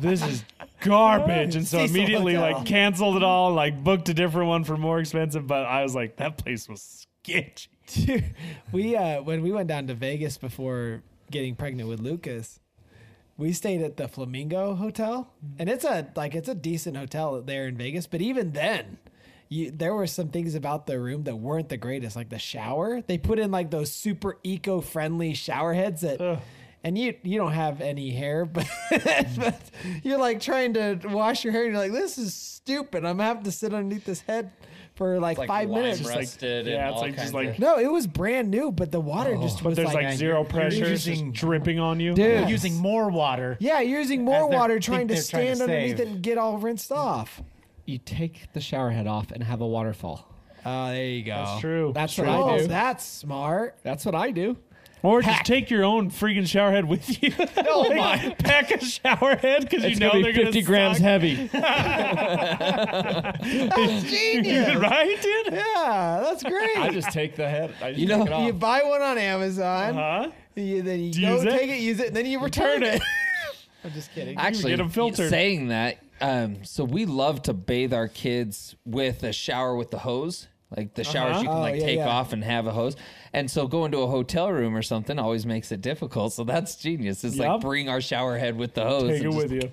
this is garbage. And so Cecil immediately Hotel. like canceled it all. Like booked a different one for more expensive. But I was like, that place was sketchy. Dude, we uh, when we went down to Vegas before getting pregnant with Lucas, we stayed at the Flamingo Hotel, and it's a like it's a decent hotel there in Vegas. But even then, you, there were some things about the room that weren't the greatest, like the shower. They put in like those super eco friendly shower heads that. And you you don't have any hair, but, but you're like trying to wash your hair, and you're like, this is stupid. I'm gonna have to sit underneath this head for like, like five minutes. lime Rusted and yeah, it's all like just kinds like of- No, it was brand new, but the water just was Oh. there's like, like zero pressure, it's using- just dripping on you. Dude. You're using more water. yeah, you're using more they're- water think trying to they're trying to stand underneath save. it and get all rinsed off. You take the shower head off and have a waterfall. Oh, there you go. That's true. That's True. what I Oh, do. that's smart. That's what I do. Or just take your own freaking shower head with you. Oh my! Pack a shower head because you know they're going to heavy. Genius. right, dude? yeah, that's great. I just take the head. I just You know, take it off. you buy one on Amazon, Huh? you, then you Do you go Uh-huh. use it? take it, use it, then you return it. I'm just kidding. Actually, get 'em filtered. saying that, um, so we love to bathe our kids with a shower with the hose. Like the showers Uh-huh. you can Oh, like yeah, take yeah. off and have a hose. And so going to a hotel room or something always makes it difficult. So that's genius. It's Yup. like bring our shower head with the hose. Take and it just- with you.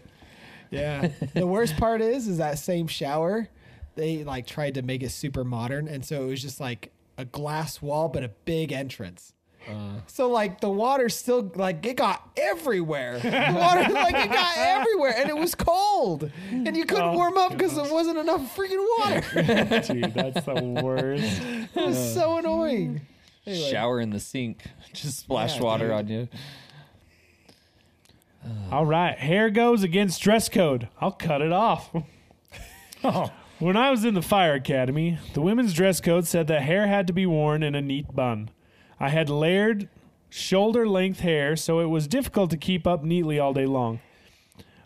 Yeah. the worst part is, is that same shower, they like tried to make it super modern, and so it was just like a glass wall, but a big entrance. so like the water still like it got everywhere. The water like it got everywhere, and it was cold, and you couldn't warm up because there wasn't enough freaking water. Dude, that's the worst. It was so annoying. shower in the sink. Just splash water on you. All right, hair goes against dress code. I'll cut it off. When I was in the fire academy, the women's dress code said that hair had to be worn in a neat bun. I had layered shoulder length hair, so it was difficult to keep up neatly all day long.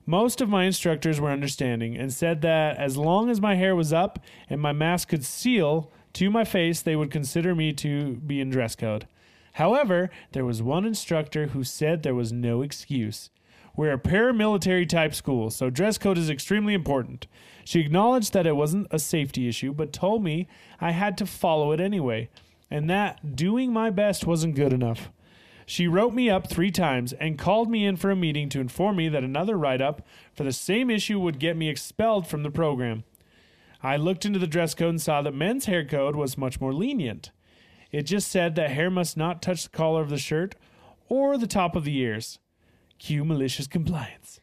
Most of my instructors were understanding and said that as long as my hair was up and my mask could seal to my face, they would consider me to be in dress code. However, there was one instructor who said there was no excuse. We're a paramilitary type school, so dress code is extremely important. She acknowledged that it wasn't a safety issue, but told me I had to follow it anyway, and that doing my best wasn't good enough. She wrote me up three times and called me in for a meeting to inform me that another write up for the same issue would get me expelled from the program. I looked into the dress code and saw that men's hair code was much more lenient. It just said that hair must not touch the collar of the shirt or the top of the ears. Cue malicious compliance.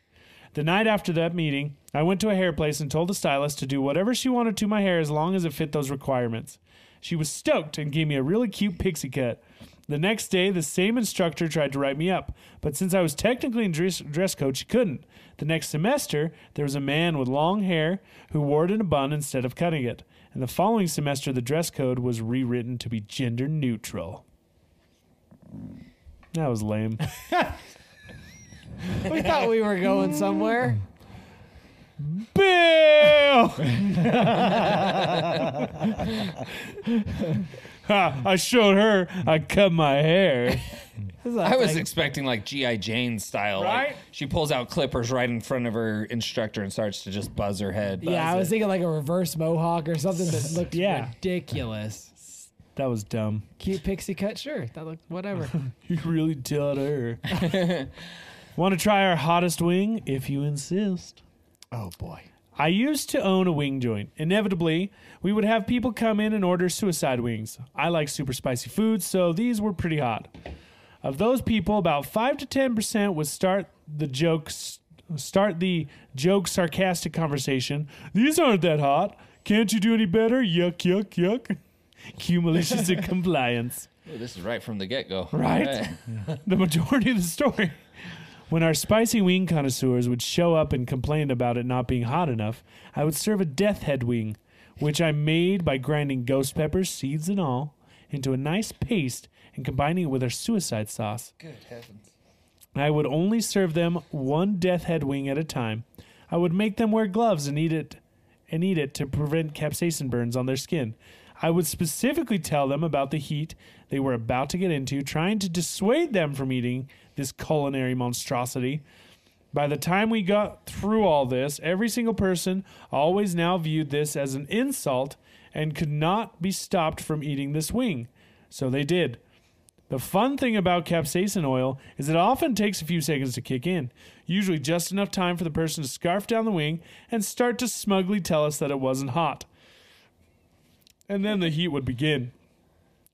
The night after that meeting, I went to a hair place and told the stylist to do whatever she wanted to my hair as long as it fit those requirements. She was stoked and gave me a really cute pixie cut. The next day, the same instructor tried to write me up, but since I was technically in dress, dress code, she couldn't. The next semester, there was a man with long hair who wore it in a bun instead of cutting it. And the following semester, the dress code was rewritten to be gender neutral. That was lame. We thought we were going somewhere. Bill. Ha, I showed her I cut my hair. I was expecting like G.I. Jane style. like, Right? she pulls out clippers right in front of her instructor and starts to just buzz her head. yeah, I was thinking like a reverse mohawk or something that looked Yeah. ridiculous. That was dumb. Cute pixie cut, sure. That looked whatever. You really tell her. Want to try our hottest wing? If you insist. oh boy. I used to own a wing joint. Inevitably, we would have people come in and order suicide wings. I like super spicy foods, so these were pretty hot. Of those people, about 5 to 10% would start the jokes start the joke sarcastic conversation. These aren't that hot. Can't you do any better? Yuck yuck yuck. Cue malicious in compliance. Ooh, this is right from the get go. Right? the majority of the story. When our spicy wing connoisseurs would show up and complain about it not being hot enough, I would serve a death head wing, which I made by grinding ghost peppers, seeds, and all into a nice paste and combining it with our suicide sauce. Good heavens. I would only serve them one death head wing at a time. I would make them wear gloves and eat it and eat it to prevent capsaicin burns on their skin. I would specifically tell them about the heat they were about to get into, trying to dissuade them from eating this culinary monstrosity. By the time we got through all this, every single person always now viewed this as an insult and could not be stopped from eating this wing. So they did. The fun thing about capsaicin oil is it often takes a few seconds to kick in, usually just enough time for the person to scarf down the wing and start to smugly tell us that it wasn't hot. And then the heat would begin.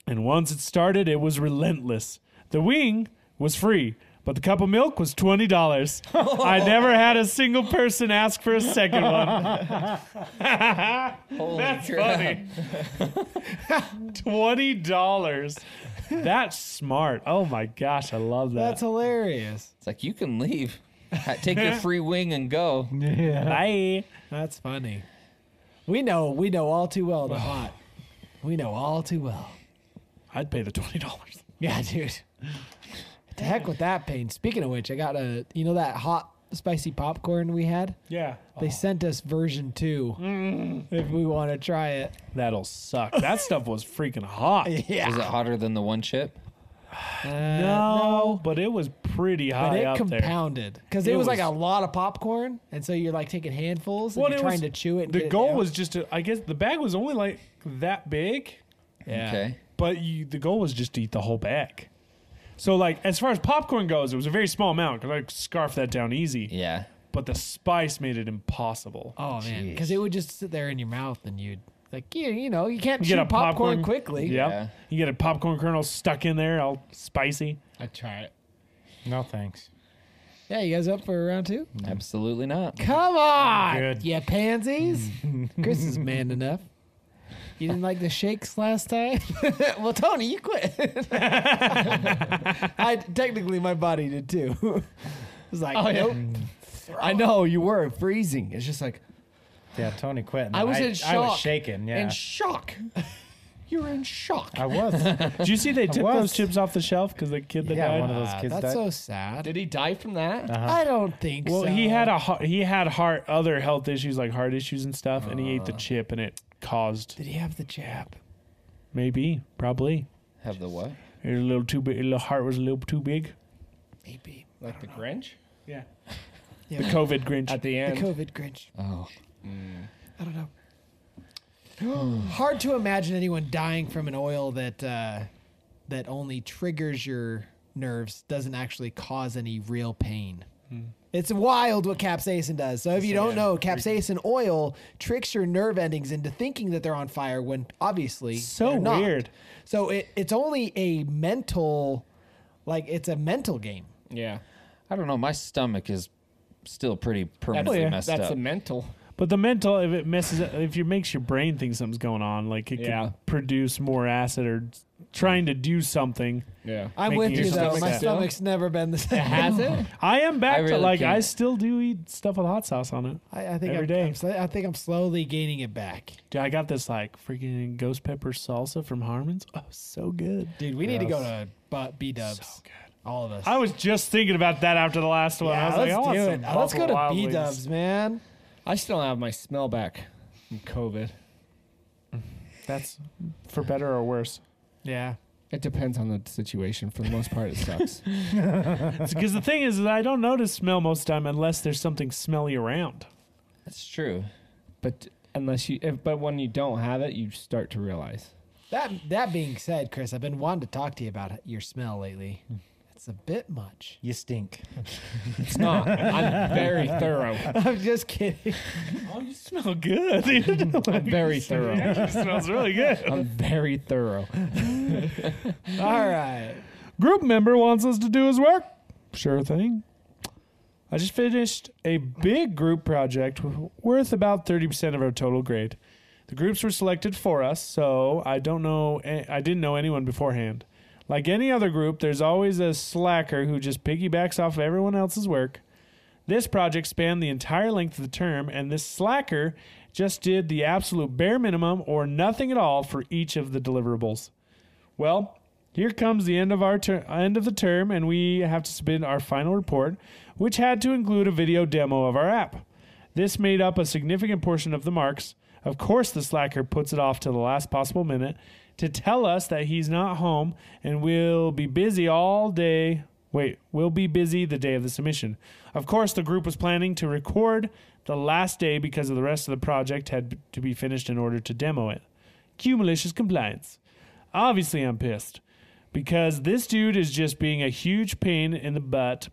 And once it started, it was relentless. The wing was free, but the cup of milk was $20. I never had a single person ask for a second one. Holy That's crap. funny. $20. That's smart. Oh my gosh, I love that. That's hilarious. It's like, you can leave. Ha- Take your free wing and go. Bye. That's funny. We know we know all too well the hot. We know all too well. I'd pay the twenty dollars. Yeah, dude. To heck with that pain. Speaking of which, I got a you know that hot spicy popcorn we had? Yeah, They sent us version two Mm. if we want to try it. that'll suck. That stuff was freaking hot. Yeah. Is it hotter than the one chip? No, but it was pretty high But it up there. compounded because it, It was, like a was- lot of popcorn, and so you're like taking handfuls and Well, you're it trying was- to chew it. and get The it goal down. was just to, I guess, the bag was only like that big, yeah. Okay. but you, the goal was just to eat the whole bag. So, like, as far as popcorn goes, it was a very small amount because I could scarf that down easy. Yeah. But the spice made it impossible. Oh man, because it would just sit there in your mouth, and you'd like you you know you can't chew a popcorn, quickly. Yep. Yeah. You get a popcorn kernel stuck in there, all spicy. I try it. No thanks. Yeah, you guys up for a round two? Absolutely not. Come on, Good. you pansies. Chris is man enough. You didn't like the shakes last time. well, Tony, you quit. I technically my body did too. it was like, Oh, yeah. nope. I know you were freezing. It's just like Yeah, Tony quit. and I was I, in shock. I was shaking. Yeah, in shock. you were in shock. I was. Did you see they took was. those chips off the shelf because the kid that yeah, died? one of those Ah, kids. that's died. so sad. Did he die from that? Uh-huh. I don't think Well, so. he had a heart- he had heart other health issues like heart issues and stuff, and he ate the chip, and it caused Did he have the jab? maybe probably Have the what? it was a little too big. The heart was a little too big. Maybe. Like the Grinch? Yeah, Yeah, the COVID Grinch. At the the end. COVID Grinch. Mm. Oh. I don't know. Hard to imagine anyone dying from an oil that uh, that only triggers your nerves, doesn't actually cause any real pain. It's wild what capsaicin does. So if you don't know, capsaicin oil tricks your nerve endings into thinking that they're on fire when obviously So they're not. weird. So it, it's only a mental, like it's a mental game. Yeah. I don't know. My stomach is still pretty permanently yeah, messed That's up. a mental. but the mental, if it messes, up, if it makes your brain think something's going on, like it Yeah. can produce more acid or trying to do something. Yeah. I'm Making with your you though. stomach My sick. stomach's never been the same. Has it? I am back I to really like I can't. still do eat stuff with hot sauce on it. I, I think Every I'm, day. I'm sli- I think I'm slowly gaining it back. Dude, I got this like freaking ghost pepper salsa from Harmon's. Oh, so good. Dude, we need to go to bu- B Dubs. All of us. I was just thinking about that after the last one. I Yeah, was like, I want some Uh, Let's go Buffalo to Wild B Wings. Dubs, man. I still have my smell back from COVID. That's for better or worse. Yeah. It depends on the situation. For the most part, it sucks. Because the thing is, is I don't notice smell most of the time unless there's something smelly around. That's true. but unless you, if, but when you don't have it, you start to realize. That that being said, Chris, I've been wanting to talk to you about your smell lately. Hmm. It's a bit much. You stink. It's not. I'm very thorough. I'm just kidding. Oh, you smell good. dude. I'm very thorough. It smells really good. I'm very thorough. All right. Group member wants us to do his work. Sure thing. I just finished a big group project w- worth about 30% of our total grade. The groups were selected for us, so I don't know I didn't know anyone beforehand. Like any other group, there's always a slacker who just piggybacks off everyone else's work. This project spanned the entire length of the term, and this slacker just did the absolute bare minimum or nothing at all for each of the deliverables. Well, here comes the end of our ter- end of the term, and we have to submit our final report, which had to include a video demo of our app. This made up a significant portion of the marks. Of course, the slacker puts it off to the last possible minute to tell us that he's not home and will be busy all day. Wait, will be busy the day of the submission. Of course, the group was planning to record the last day because of the rest of the project had to be finished in order to demo it. Cue malicious compliance. Obviously, I'm pissed because this dude is just being a huge pain in the butt.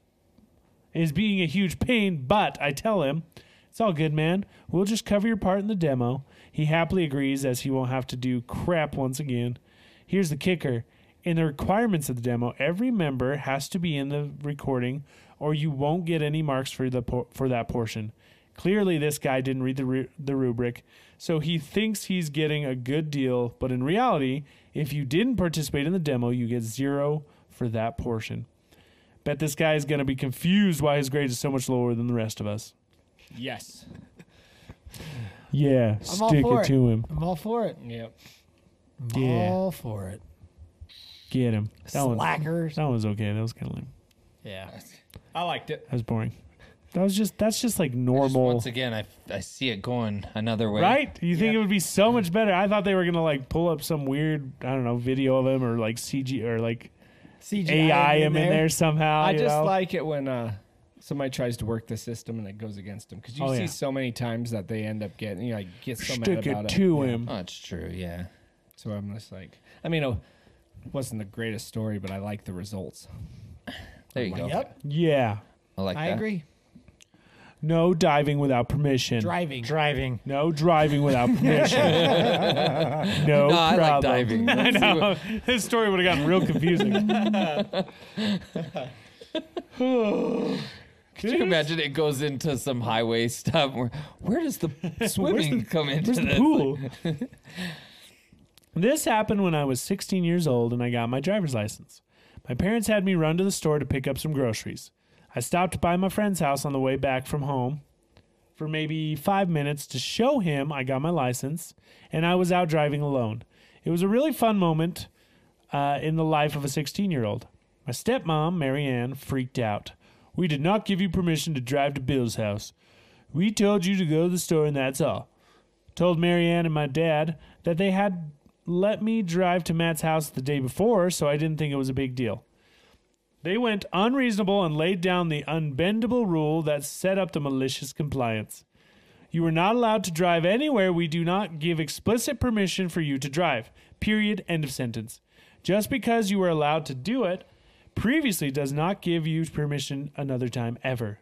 Is being a huge pain, but I tell him, it's all good, man. We'll just cover your part in the demo. He happily agrees as he won't have to do crap once again. Here's the kicker in the requirements of the demo, every member has to be in the recording or you won't get any marks for, the por- for that portion. Clearly, this guy didn't read the, ru- the rubric, so he thinks he's getting a good deal, but in reality, if you didn't participate in the demo, you get zero for that portion. Bet this guy is going to be confused why his grade is so much lower than the rest of us. Yes. Yeah, I'm all stick for it it. to him. I'm all for it. Yep. I'm Yeah. all for it. Get him. That one's, Slackers. that one's okay. That was kind of lame. Yeah. I liked it. That was boring. That was just that's just like Just normal, once again, I, I see it going another way. right? You think it would be so much better? I thought they were gonna like pull up some weird I don't know video of him or like CG or like CGI AI him in there somehow. I you just know? like it when uh, somebody tries to work the system and it goes against them because you Oh, see yeah. so many times that they end up getting you know, like get so mad stick about it it. to him. Oh, it's true. Yeah. So I'm just like, I mean, it wasn't the greatest story, but I like the results. There you go. Yep. Yeah, I like I that. agree. no diving without permission. Driving. Driving. no driving without permission. no, No, I problem. like diving. Let's see what- His story would have gotten real confusing. Could you imagine it goes into some highway stuff? Where, where does the swimming come into Where's the this? pool? this happened when I was 16 years old and I got my driver's license. My parents had me run to the store to pick up some groceries. I stopped by my friend's house on the way back from home for maybe five minutes to show him I got my license and I was out driving alone. It was a really fun moment uh, in the life of a 16 year old. My stepmom, Marianne, freaked out. We did not give you permission to drive to Bill's house. We told you to go to the store and that's all told Marianne and my dad that they had let me drive to Matt's house the day before, so I didn't think it was a big deal. They went unreasonable and laid down the unbendable rule that set up the malicious compliance. You are not allowed to drive anywhere we do not give explicit permission for you to drive. Period. End of sentence. Just because you were allowed to do it previously does not give you permission another time ever.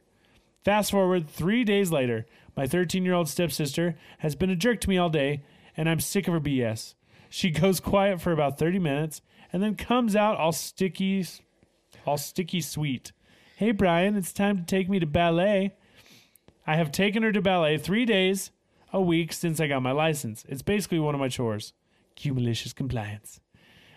Fast forward three days later, my 13 year old stepsister has been a jerk to me all day, and I'm sick of her BS. She goes quiet for about 30 minutes and then comes out all sticky, all sticky sweet. Hey, Brian, it's time to take me to ballet. I have taken her to ballet three days a week since I got my license. It's basically one of my chores. Cue malicious compliance.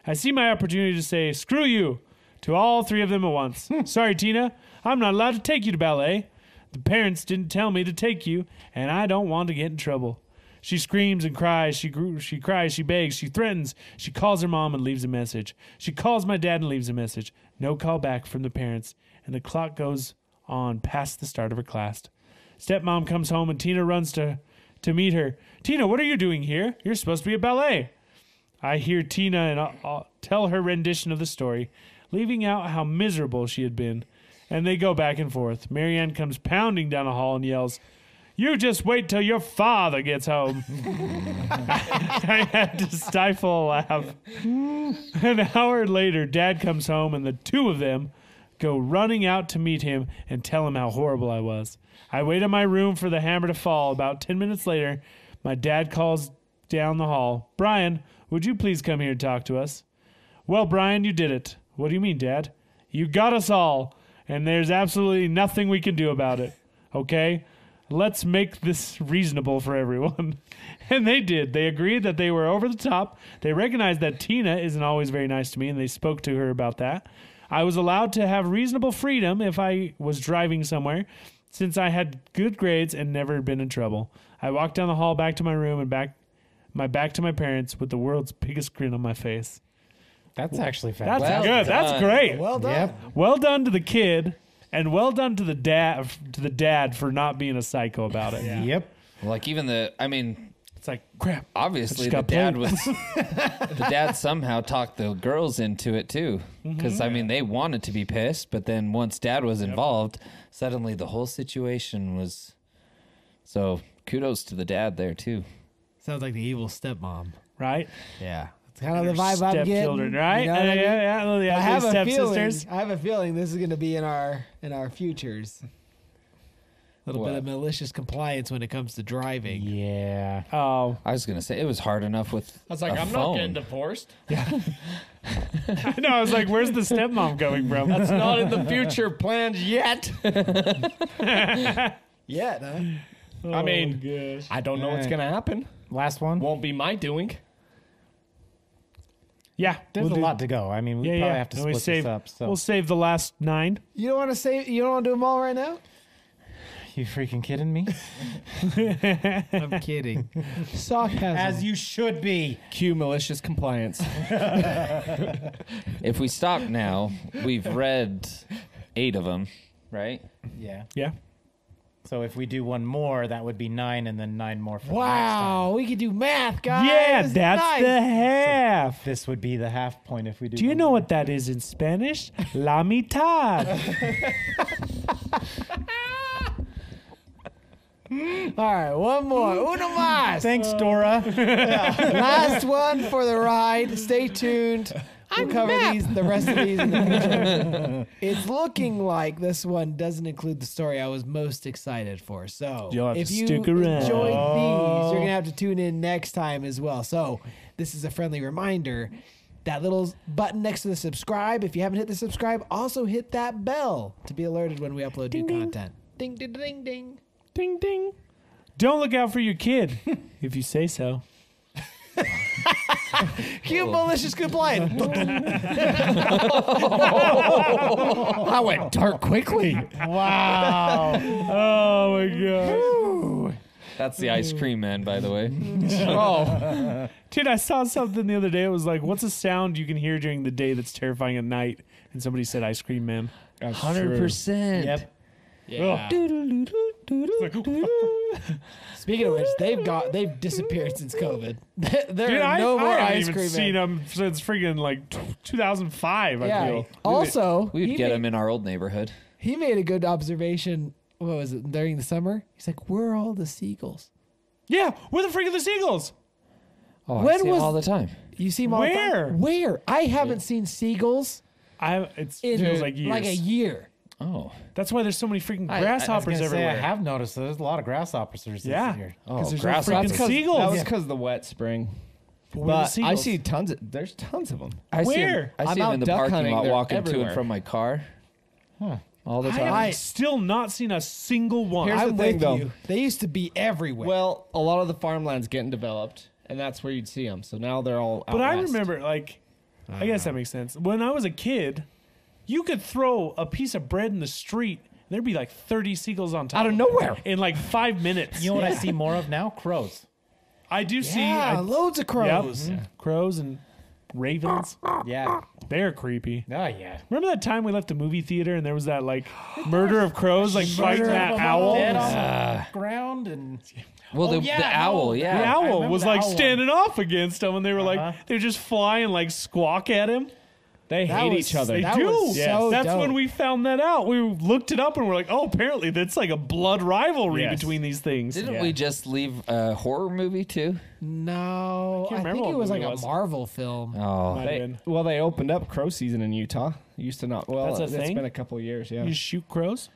I see my opportunity to say, screw you, to all three of them at once. Sorry, Tina, I'm not allowed to take you to ballet. The parents didn't tell me to take you, and I don't want to get in trouble. She screams and cries. She, gr- she cries, she begs, she threatens. She calls her mom and leaves a message. She calls my dad and leaves a message. No call back from the parents, and the clock goes on past the start of her class. Stepmom comes home, and Tina runs to, to meet her. Tina, what are you doing here? You're supposed to be at ballet. I hear Tina and uh, uh, tell her rendition of the story, leaving out how miserable she had been. And they go back and forth. Marianne comes pounding down the hall and yells, You just wait till your father gets home. I had to stifle a laugh. An hour later, Dad comes home, and the two of them go running out to meet him and tell him how horrible I was. I wait in my room for the hammer to fall. About 10 minutes later, my dad calls down the hall Brian, would you please come here and talk to us? Well, Brian, you did it. What do you mean, Dad? You got us all, and there's absolutely nothing we can do about it. Okay? Let's make this reasonable for everyone. and they did. They agreed that they were over the top. They recognized that Tina isn't always very nice to me, and they spoke to her about that. I was allowed to have reasonable freedom if I was driving somewhere, since I had good grades and never been in trouble. I walked down the hall back to my room and back my back to my parents with the world's biggest grin on my face. That's actually That's fabulous. Well good. That's done. great. Well done. Yep. Well done to the kid, and well done to the dad to the dad for not being a psycho about it. Yep. Like even the, I mean, It's like crap. obviously just the got dad played. was, the dad somehow talked the girls into it too, Mm-hmm. because I mean they wanted to be pissed, but then once dad was involved, suddenly the whole situation was. So kudos to the dad there too. Sounds like the evil stepmom. Right? Yeah. It's kind of the vibe I'm getting. Stepchildren, right? You know what yeah, I mean? yeah, yeah, yeah. I have a feeling. stepsisters. I have a feeling this is going to be in our in our futures. A little What? bit of malicious compliance when it comes to driving. Yeah. Oh, I was gonna say it was hard enough with. I was like, a I'm phone. not getting divorced. I know. I was like, "Where's the stepmom coming from?" It's not in the future plans yet. Yeah. no? Oh, I mean, I don't know what's Alright. gonna happen. Last one. Won't be my doing. yeah, There's we'll a do- lot to go. I mean, we Yeah, probably yeah. have to And we split save, this up. So We'll save the last nine. You don't want to say you don't want to do them all right now. you freaking kidding me? I'm kidding. Sarcasm. As you should be. Cue malicious compliance. If we stop now, we've read eight of them, right? Yeah. Yeah. So if we do one more, that would be nine, and then nine more. For the next time. wow, we could do math, guys. yeah, that's nice. the half. This would be the half point if we do. Do you one know more. what that is in Spanish? La mitad. All right, one more. Uno más. Thanks, Dora. Last one for the ride. Stay tuned. We'll cover these, the rest of these in the future. it's looking like this one doesn't include the story I was most excited for. So You'll have if to you stick around. enjoyed these, you're gonna have to tune in next time as well. So this is a friendly reminder. That little button next to the subscribe. If you haven't hit the subscribe, also hit that bell to be alerted when we upload new content. Ding ding ding ding. ding ding. Don't look out for your kid, if you say so. Cue malicious compliance. I went dark quickly. Oh my god. That's the Mm-hmm. ice cream man, by the way. Dude, I saw something the other day. It was like, what's a sound you can hear during the day that's terrifying at night? And somebody said ice cream man. Hundred percent. Yep. Oh. Yeah. Speaking of which, they've got they've disappeared since COVID. there Dude, are I, no I more haven't ice even cream. men. seen them since freaking like t- 2005. I yeah. feel. Also, We he would get made, them in our old neighborhood. He made a good observation. What was it during the summer? He's like, "Where are all the seagulls? Yeah, we're the freaking the seagulls. Oh, I When see 'em was- all the time. You see them all the time." Where? Where? I haven't seen seagulls I it's in feels like years. a year. Oh, That's why there's so many freaking I- I- I was grasshoppers I, was gonna say, I everywhere. have noticed that there's a lot of grasshoppers this yeah, year. Oh, there's grasshoppers. no That's 'cause- freaking seagulls. That was because of the wet spring. Where are the But I seagulls? see tons of there's tons of them. I see 'em- Where? I I'm see them out in the duck parking hunting, lot, they're walking to and everywhere. from my car. All the I time. have still not seen a single one. Here's I- the I'm thing, with though. you. They used to be everywhere. Well, a lot of the farmland's getting developed, and that's where you'd see them. So now they're all. but out I west. remember, like, I guess that makes sense. When I was a kid, you could throw a piece of bread in the street, and there'd be like 30 seagulls on top out of nowhere. in like five minutes. You know what I see more of now? Crows. I do see yeah, I, loads of yep, mm-hmm. crows. crows and ravens. Yeah. They're creepy. Oh yeah. Remember that time we left the movie theater and there was that like murder of crows, like fighting Murder that of a owl? Dead on The the ground and Well, Oh, the, yeah, the no, owl, the yeah. I owl remember was the like owl one. standing off against them, and they were Uh-huh. like they were just flying like squawk at him. They That hate was- each other. They That do. was so That's dope. when we found that out. We looked it up and we're like, oh, apparently that's like a blood rivalry Yes. between these things. Didn't we just leave a horror movie too? No, I, can't remember think what it was movie like it a was. Marvel film. Oh, Might have They, been. well, they opened up crow season in Utah. It used to not. Well, That's a it's thing? been a couple years. Yeah. You just shoot crows?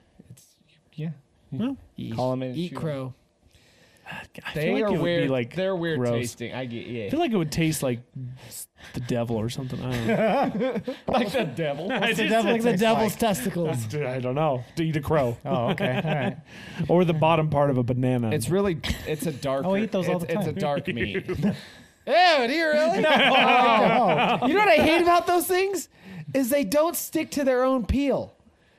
yeah. No. Call 'em in and Eat shoot 'em. crow. I They feel like are it would weird. Be like they're weird gross. tasting. I get yeah. I feel like it would taste like s- the devil or something. I don't know. like the devil. I just- devil Like the tastes devil's like. testicles. Dude, I don't know. To eat a crow Oh okay. All right. or the bottom part of a banana. It's really, it's a dark. Oh, I eat those all the It's a time. dark meat. Ew, do you really? Oh, No. You know what I hate about those things is they don't stick to their own peel.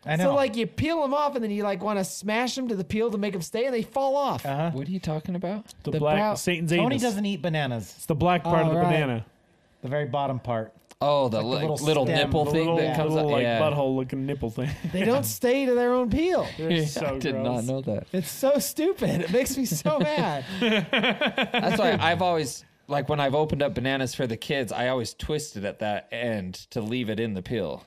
Oh, I know. So like you peel them off and then you like want to smash them to the peel to make them stay and they fall off. what are you talking about? the, the black brow- Satan's Tony anus. doesn't eat bananas. It's the black part of Oh, the right. banana. The very bottom part. Oh, the, like the li- little little, stem, nipple the thing Little, that comes little out. like yeah. butthole looking nipple thing. They don't stay to their own peel. They're so I did not gross. know that. It's so stupid. It makes me so mad. That's why I've always like when I've opened up bananas for the kids, I always twist it at that end to leave it in the peel.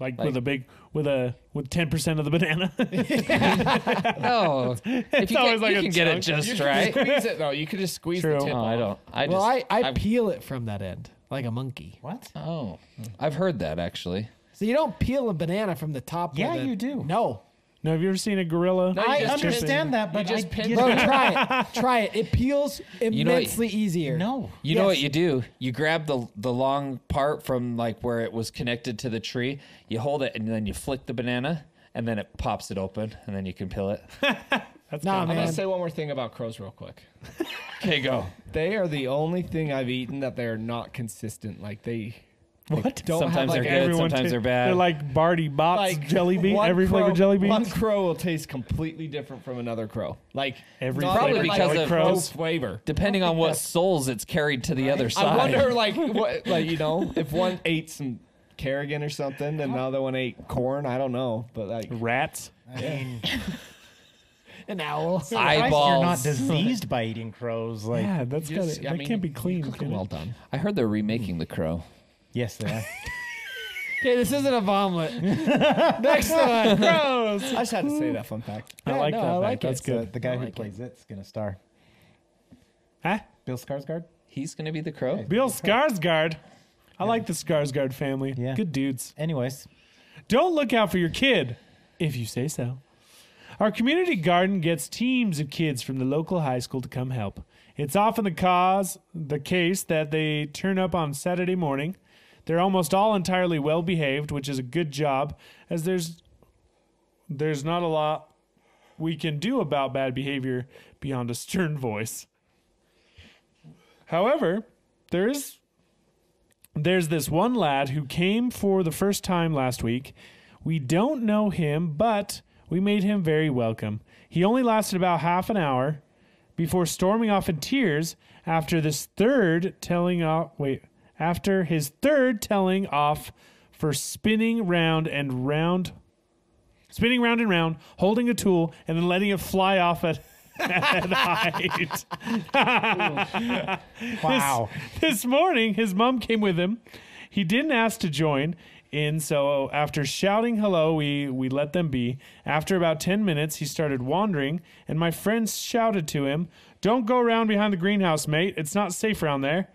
Like, with a big with a with ten percent of the banana. No, Oh, if you, always can, like you a can get it chunk. just Right? right. Squeeze it though. You could just squeeze True. the tip. No, Oh, I off. don't. I just. Well, I, I I've- peel it from that end like a monkey. What? oh, I've heard that actually. So you don't peel a banana from the top. where Yeah, the- you do. No, now, have you ever seen a gorilla? you I just chip understand that, but just I pin- get bro, try it. Try it. It peels know what- immensely easier. no. You know Yes. what you do? You grab the the long part from like where it was connected to the tree. You hold it and then you flick the banana, and then it pops it open, and then you can peel it. nah, I'm man. gonna say one more thing about crows real quick. Okay, go. They are the only thing I've eaten that they are not consistent. Like they, What? don't have, Sometimes like, they're good. Everyone sometimes ta- they're bad. They're like Barty Bops jelly bean. one Every crow- flavor jelly bean. One crow will taste completely different from another crow. Like Every not Probably even, like, because a of- crow flavor. Depending on what souls it's carried to the other side. I wonder, like, what, like you know, if one ate some carrigan or something, and the other one ate corn. I don't know, but like, Rats. I mean, An owl. Christ, you're not Eyeballs. diseased by eating crows. Like Yeah, that's got Yes, it. I That mean, can't be clean. can it? well done. I heard they're remaking The Crow. yes, they are. Okay, this isn't a omelet. Next one. I just had to say that fun fact. I Yeah, like no, that. I man. like it. That's It's, uh, good. the guy who plays it's gonna star Huh? Bill Skarsgård. He's gonna be the crow. Bill Skarsgård. I like the Skarsgård family. Yeah. Good dudes. Anyways, Don't look out for your kid, if you say so. Our community garden gets teams of kids from the local high school to come help. It's often the cause, the case that they turn up on Saturday morning. They're almost all entirely well behaved, which is a good job, as there's there's not a lot we can do about bad behavior beyond a stern voice. However, there is there's this one lad who came for the first time last week. We don't know him, but we made him very welcome. He only lasted about half an hour before storming off in tears after this third telling off wait, after his third telling off for spinning round and round spinning round and round, holding a tool and then letting it fly off at at height. wow. this morning, his mom came with him. He didn't ask to join in, so after shouting hello, we, we let them be. After about 10 minutes, he started wandering, and my friends shouted to him, Don't go around behind the greenhouse, mate. It's not safe around there.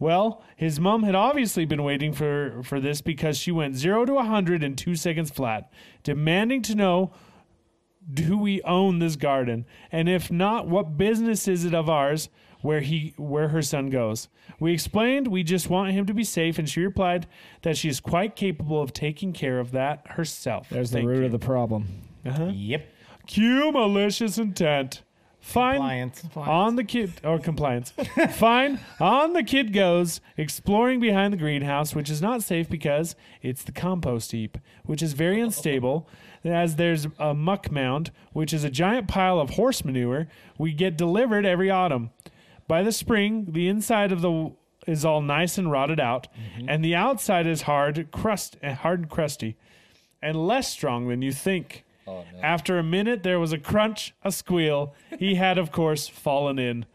Well, his mom had obviously been waiting for, for this because she went 0 to a hundred in two seconds flat, demanding to know do we own this garden and if not what business is it of ours where he where her son goes we explained we just want him to be safe and she replied that she is quite capable of taking care of that herself Thank you. of the problem. yep. cue malicious intent fine Compliance. on the kid or compliance fine on the kid goes exploring behind the greenhouse which is not safe because it's the compost heap which is very unstable as there's a muck mound which is a giant pile of horse manure we get delivered every autumn by the spring the inside of the is all nice and rotted out, and the outside is hard crust, uh, hard and crusty, and less strong than you think. After a minute, there was a crunch, a squeal. He had, of course, fallen in.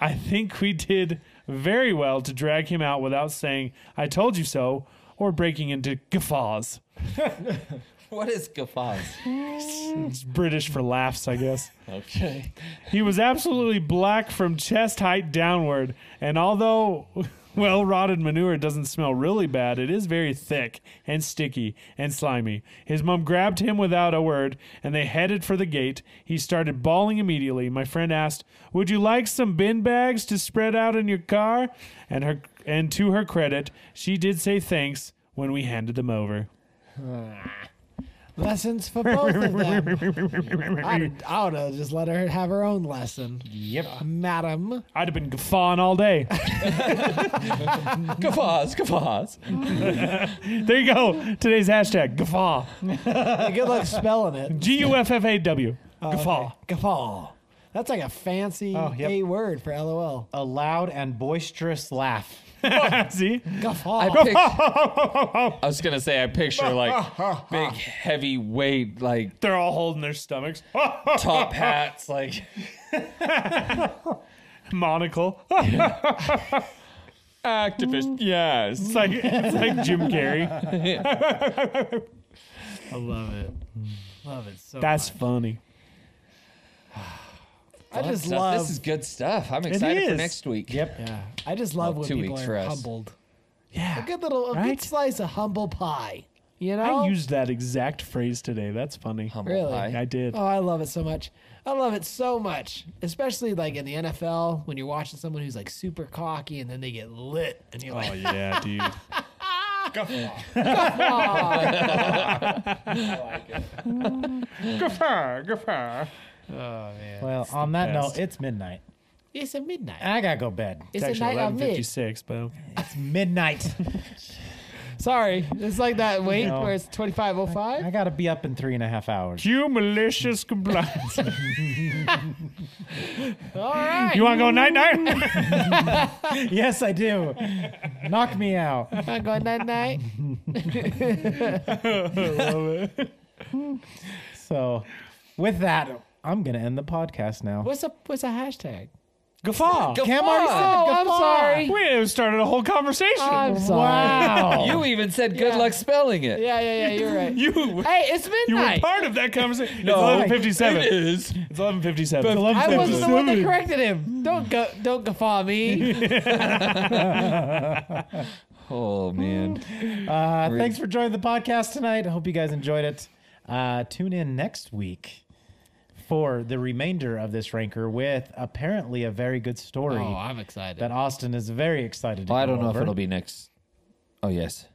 I think we did very well to drag him out without saying "I told you so" or breaking into guffaws. What is guffaws? It's British for laughs, I guess. Okay. He was absolutely black from chest height downward, and although well rotted manure doesn't smell really bad, it is very thick and sticky and slimy. His mum grabbed him without a word, and they headed for the gate. He started bawling immediately. My friend asked, "Would you like some bin bags to spread out in your car?" And her and to her credit, she did say thanks when we handed them over. Lessons for both of them. I'd, I would have just let her have her own lesson. Yep. Madam. I'd have been guffawing all day. Guffaws, guffaws. There you go. Today's hashtag guffaw. Good luck spelling it. G U F F A W. Guffaw. Guffaw. That's like a fancy Oh, yep. Oh, A word for LOL. A loud and boisterous laugh. See? Guffaw. I, pic- I was gonna say I picture like big heavy weight like They're all holding their stomachs. Oh, top hats like Monocle. activist. Yes. It's like it's like Jim Carrey. I love it. Love it so That's funny. I just Stuff. love This is good stuff. I'm excited for is. next week. Yep. yeah. I just love Well, when two people weeks for are us. humbled. Yeah. A good little a Right? good slice of humble pie. You know? I used that exact phrase today. That's funny. Humble Really? pie. I did. Oh, I love it so much. I love it so much. Especially like in the NFL when you're watching someone who's like super cocky and then they get lit and you're like, Oh, yeah, dude. Guffaw. Guffaw. Well, on that best. note, it's midnight. it's a midnight. I gotta go bed. It's, It's a actually night of eleven fifty mid. six, but It's midnight. Sorry. It's like that wait No. where it's I 2505. gotta be up in three and a half hours. you malicious compliance. All right. you wanna go night night? yes, I do. Knock me out. I'm going night night. So, with that, I'm gonna end the podcast now. What's a what's a hashtag? Guffaw. Cam already said Oh, I'm guffaw. sorry. We started a whole conversation. I'm sorry. Wow. You even said good Yeah. luck spelling it. Yeah, yeah, yeah. You're right. you hey, it's You were midnight. part of that conversation. it's 11:57. It is. It's 11:57. I wasn't the one that corrected him. Don't go, don't guffaw me. Oh Mm. man. Uh, thanks for joining the podcast tonight. I hope you guys enjoyed it. Uh, tune in next week for the remainder of this ranker with apparently a very good story Oh, excited. that Austin is very excited. To Oh, Well, I go don't know if over. it'll be next. Oh yes.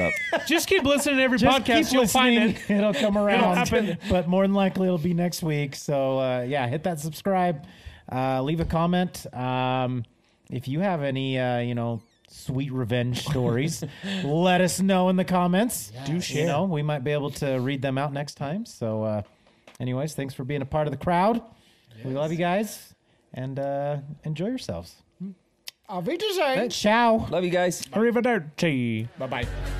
up. Just keep listening to every Just podcast. keep You'll listening. find it. will come around, happen. but more than likely it'll be next week. So uh, yeah, hit that subscribe, uh, leave a comment. Um, if you have any, uh, you know, sweet revenge stories, let us know in the comments. Do share. You know, we might be able to read them out next time. So, uh, anyways, thanks for being a part of the crowd. We love you guys, and uh, enjoy yourselves. Auf Wiedersehen. Ciao. Love you guys. Arrivederci. Bye bye.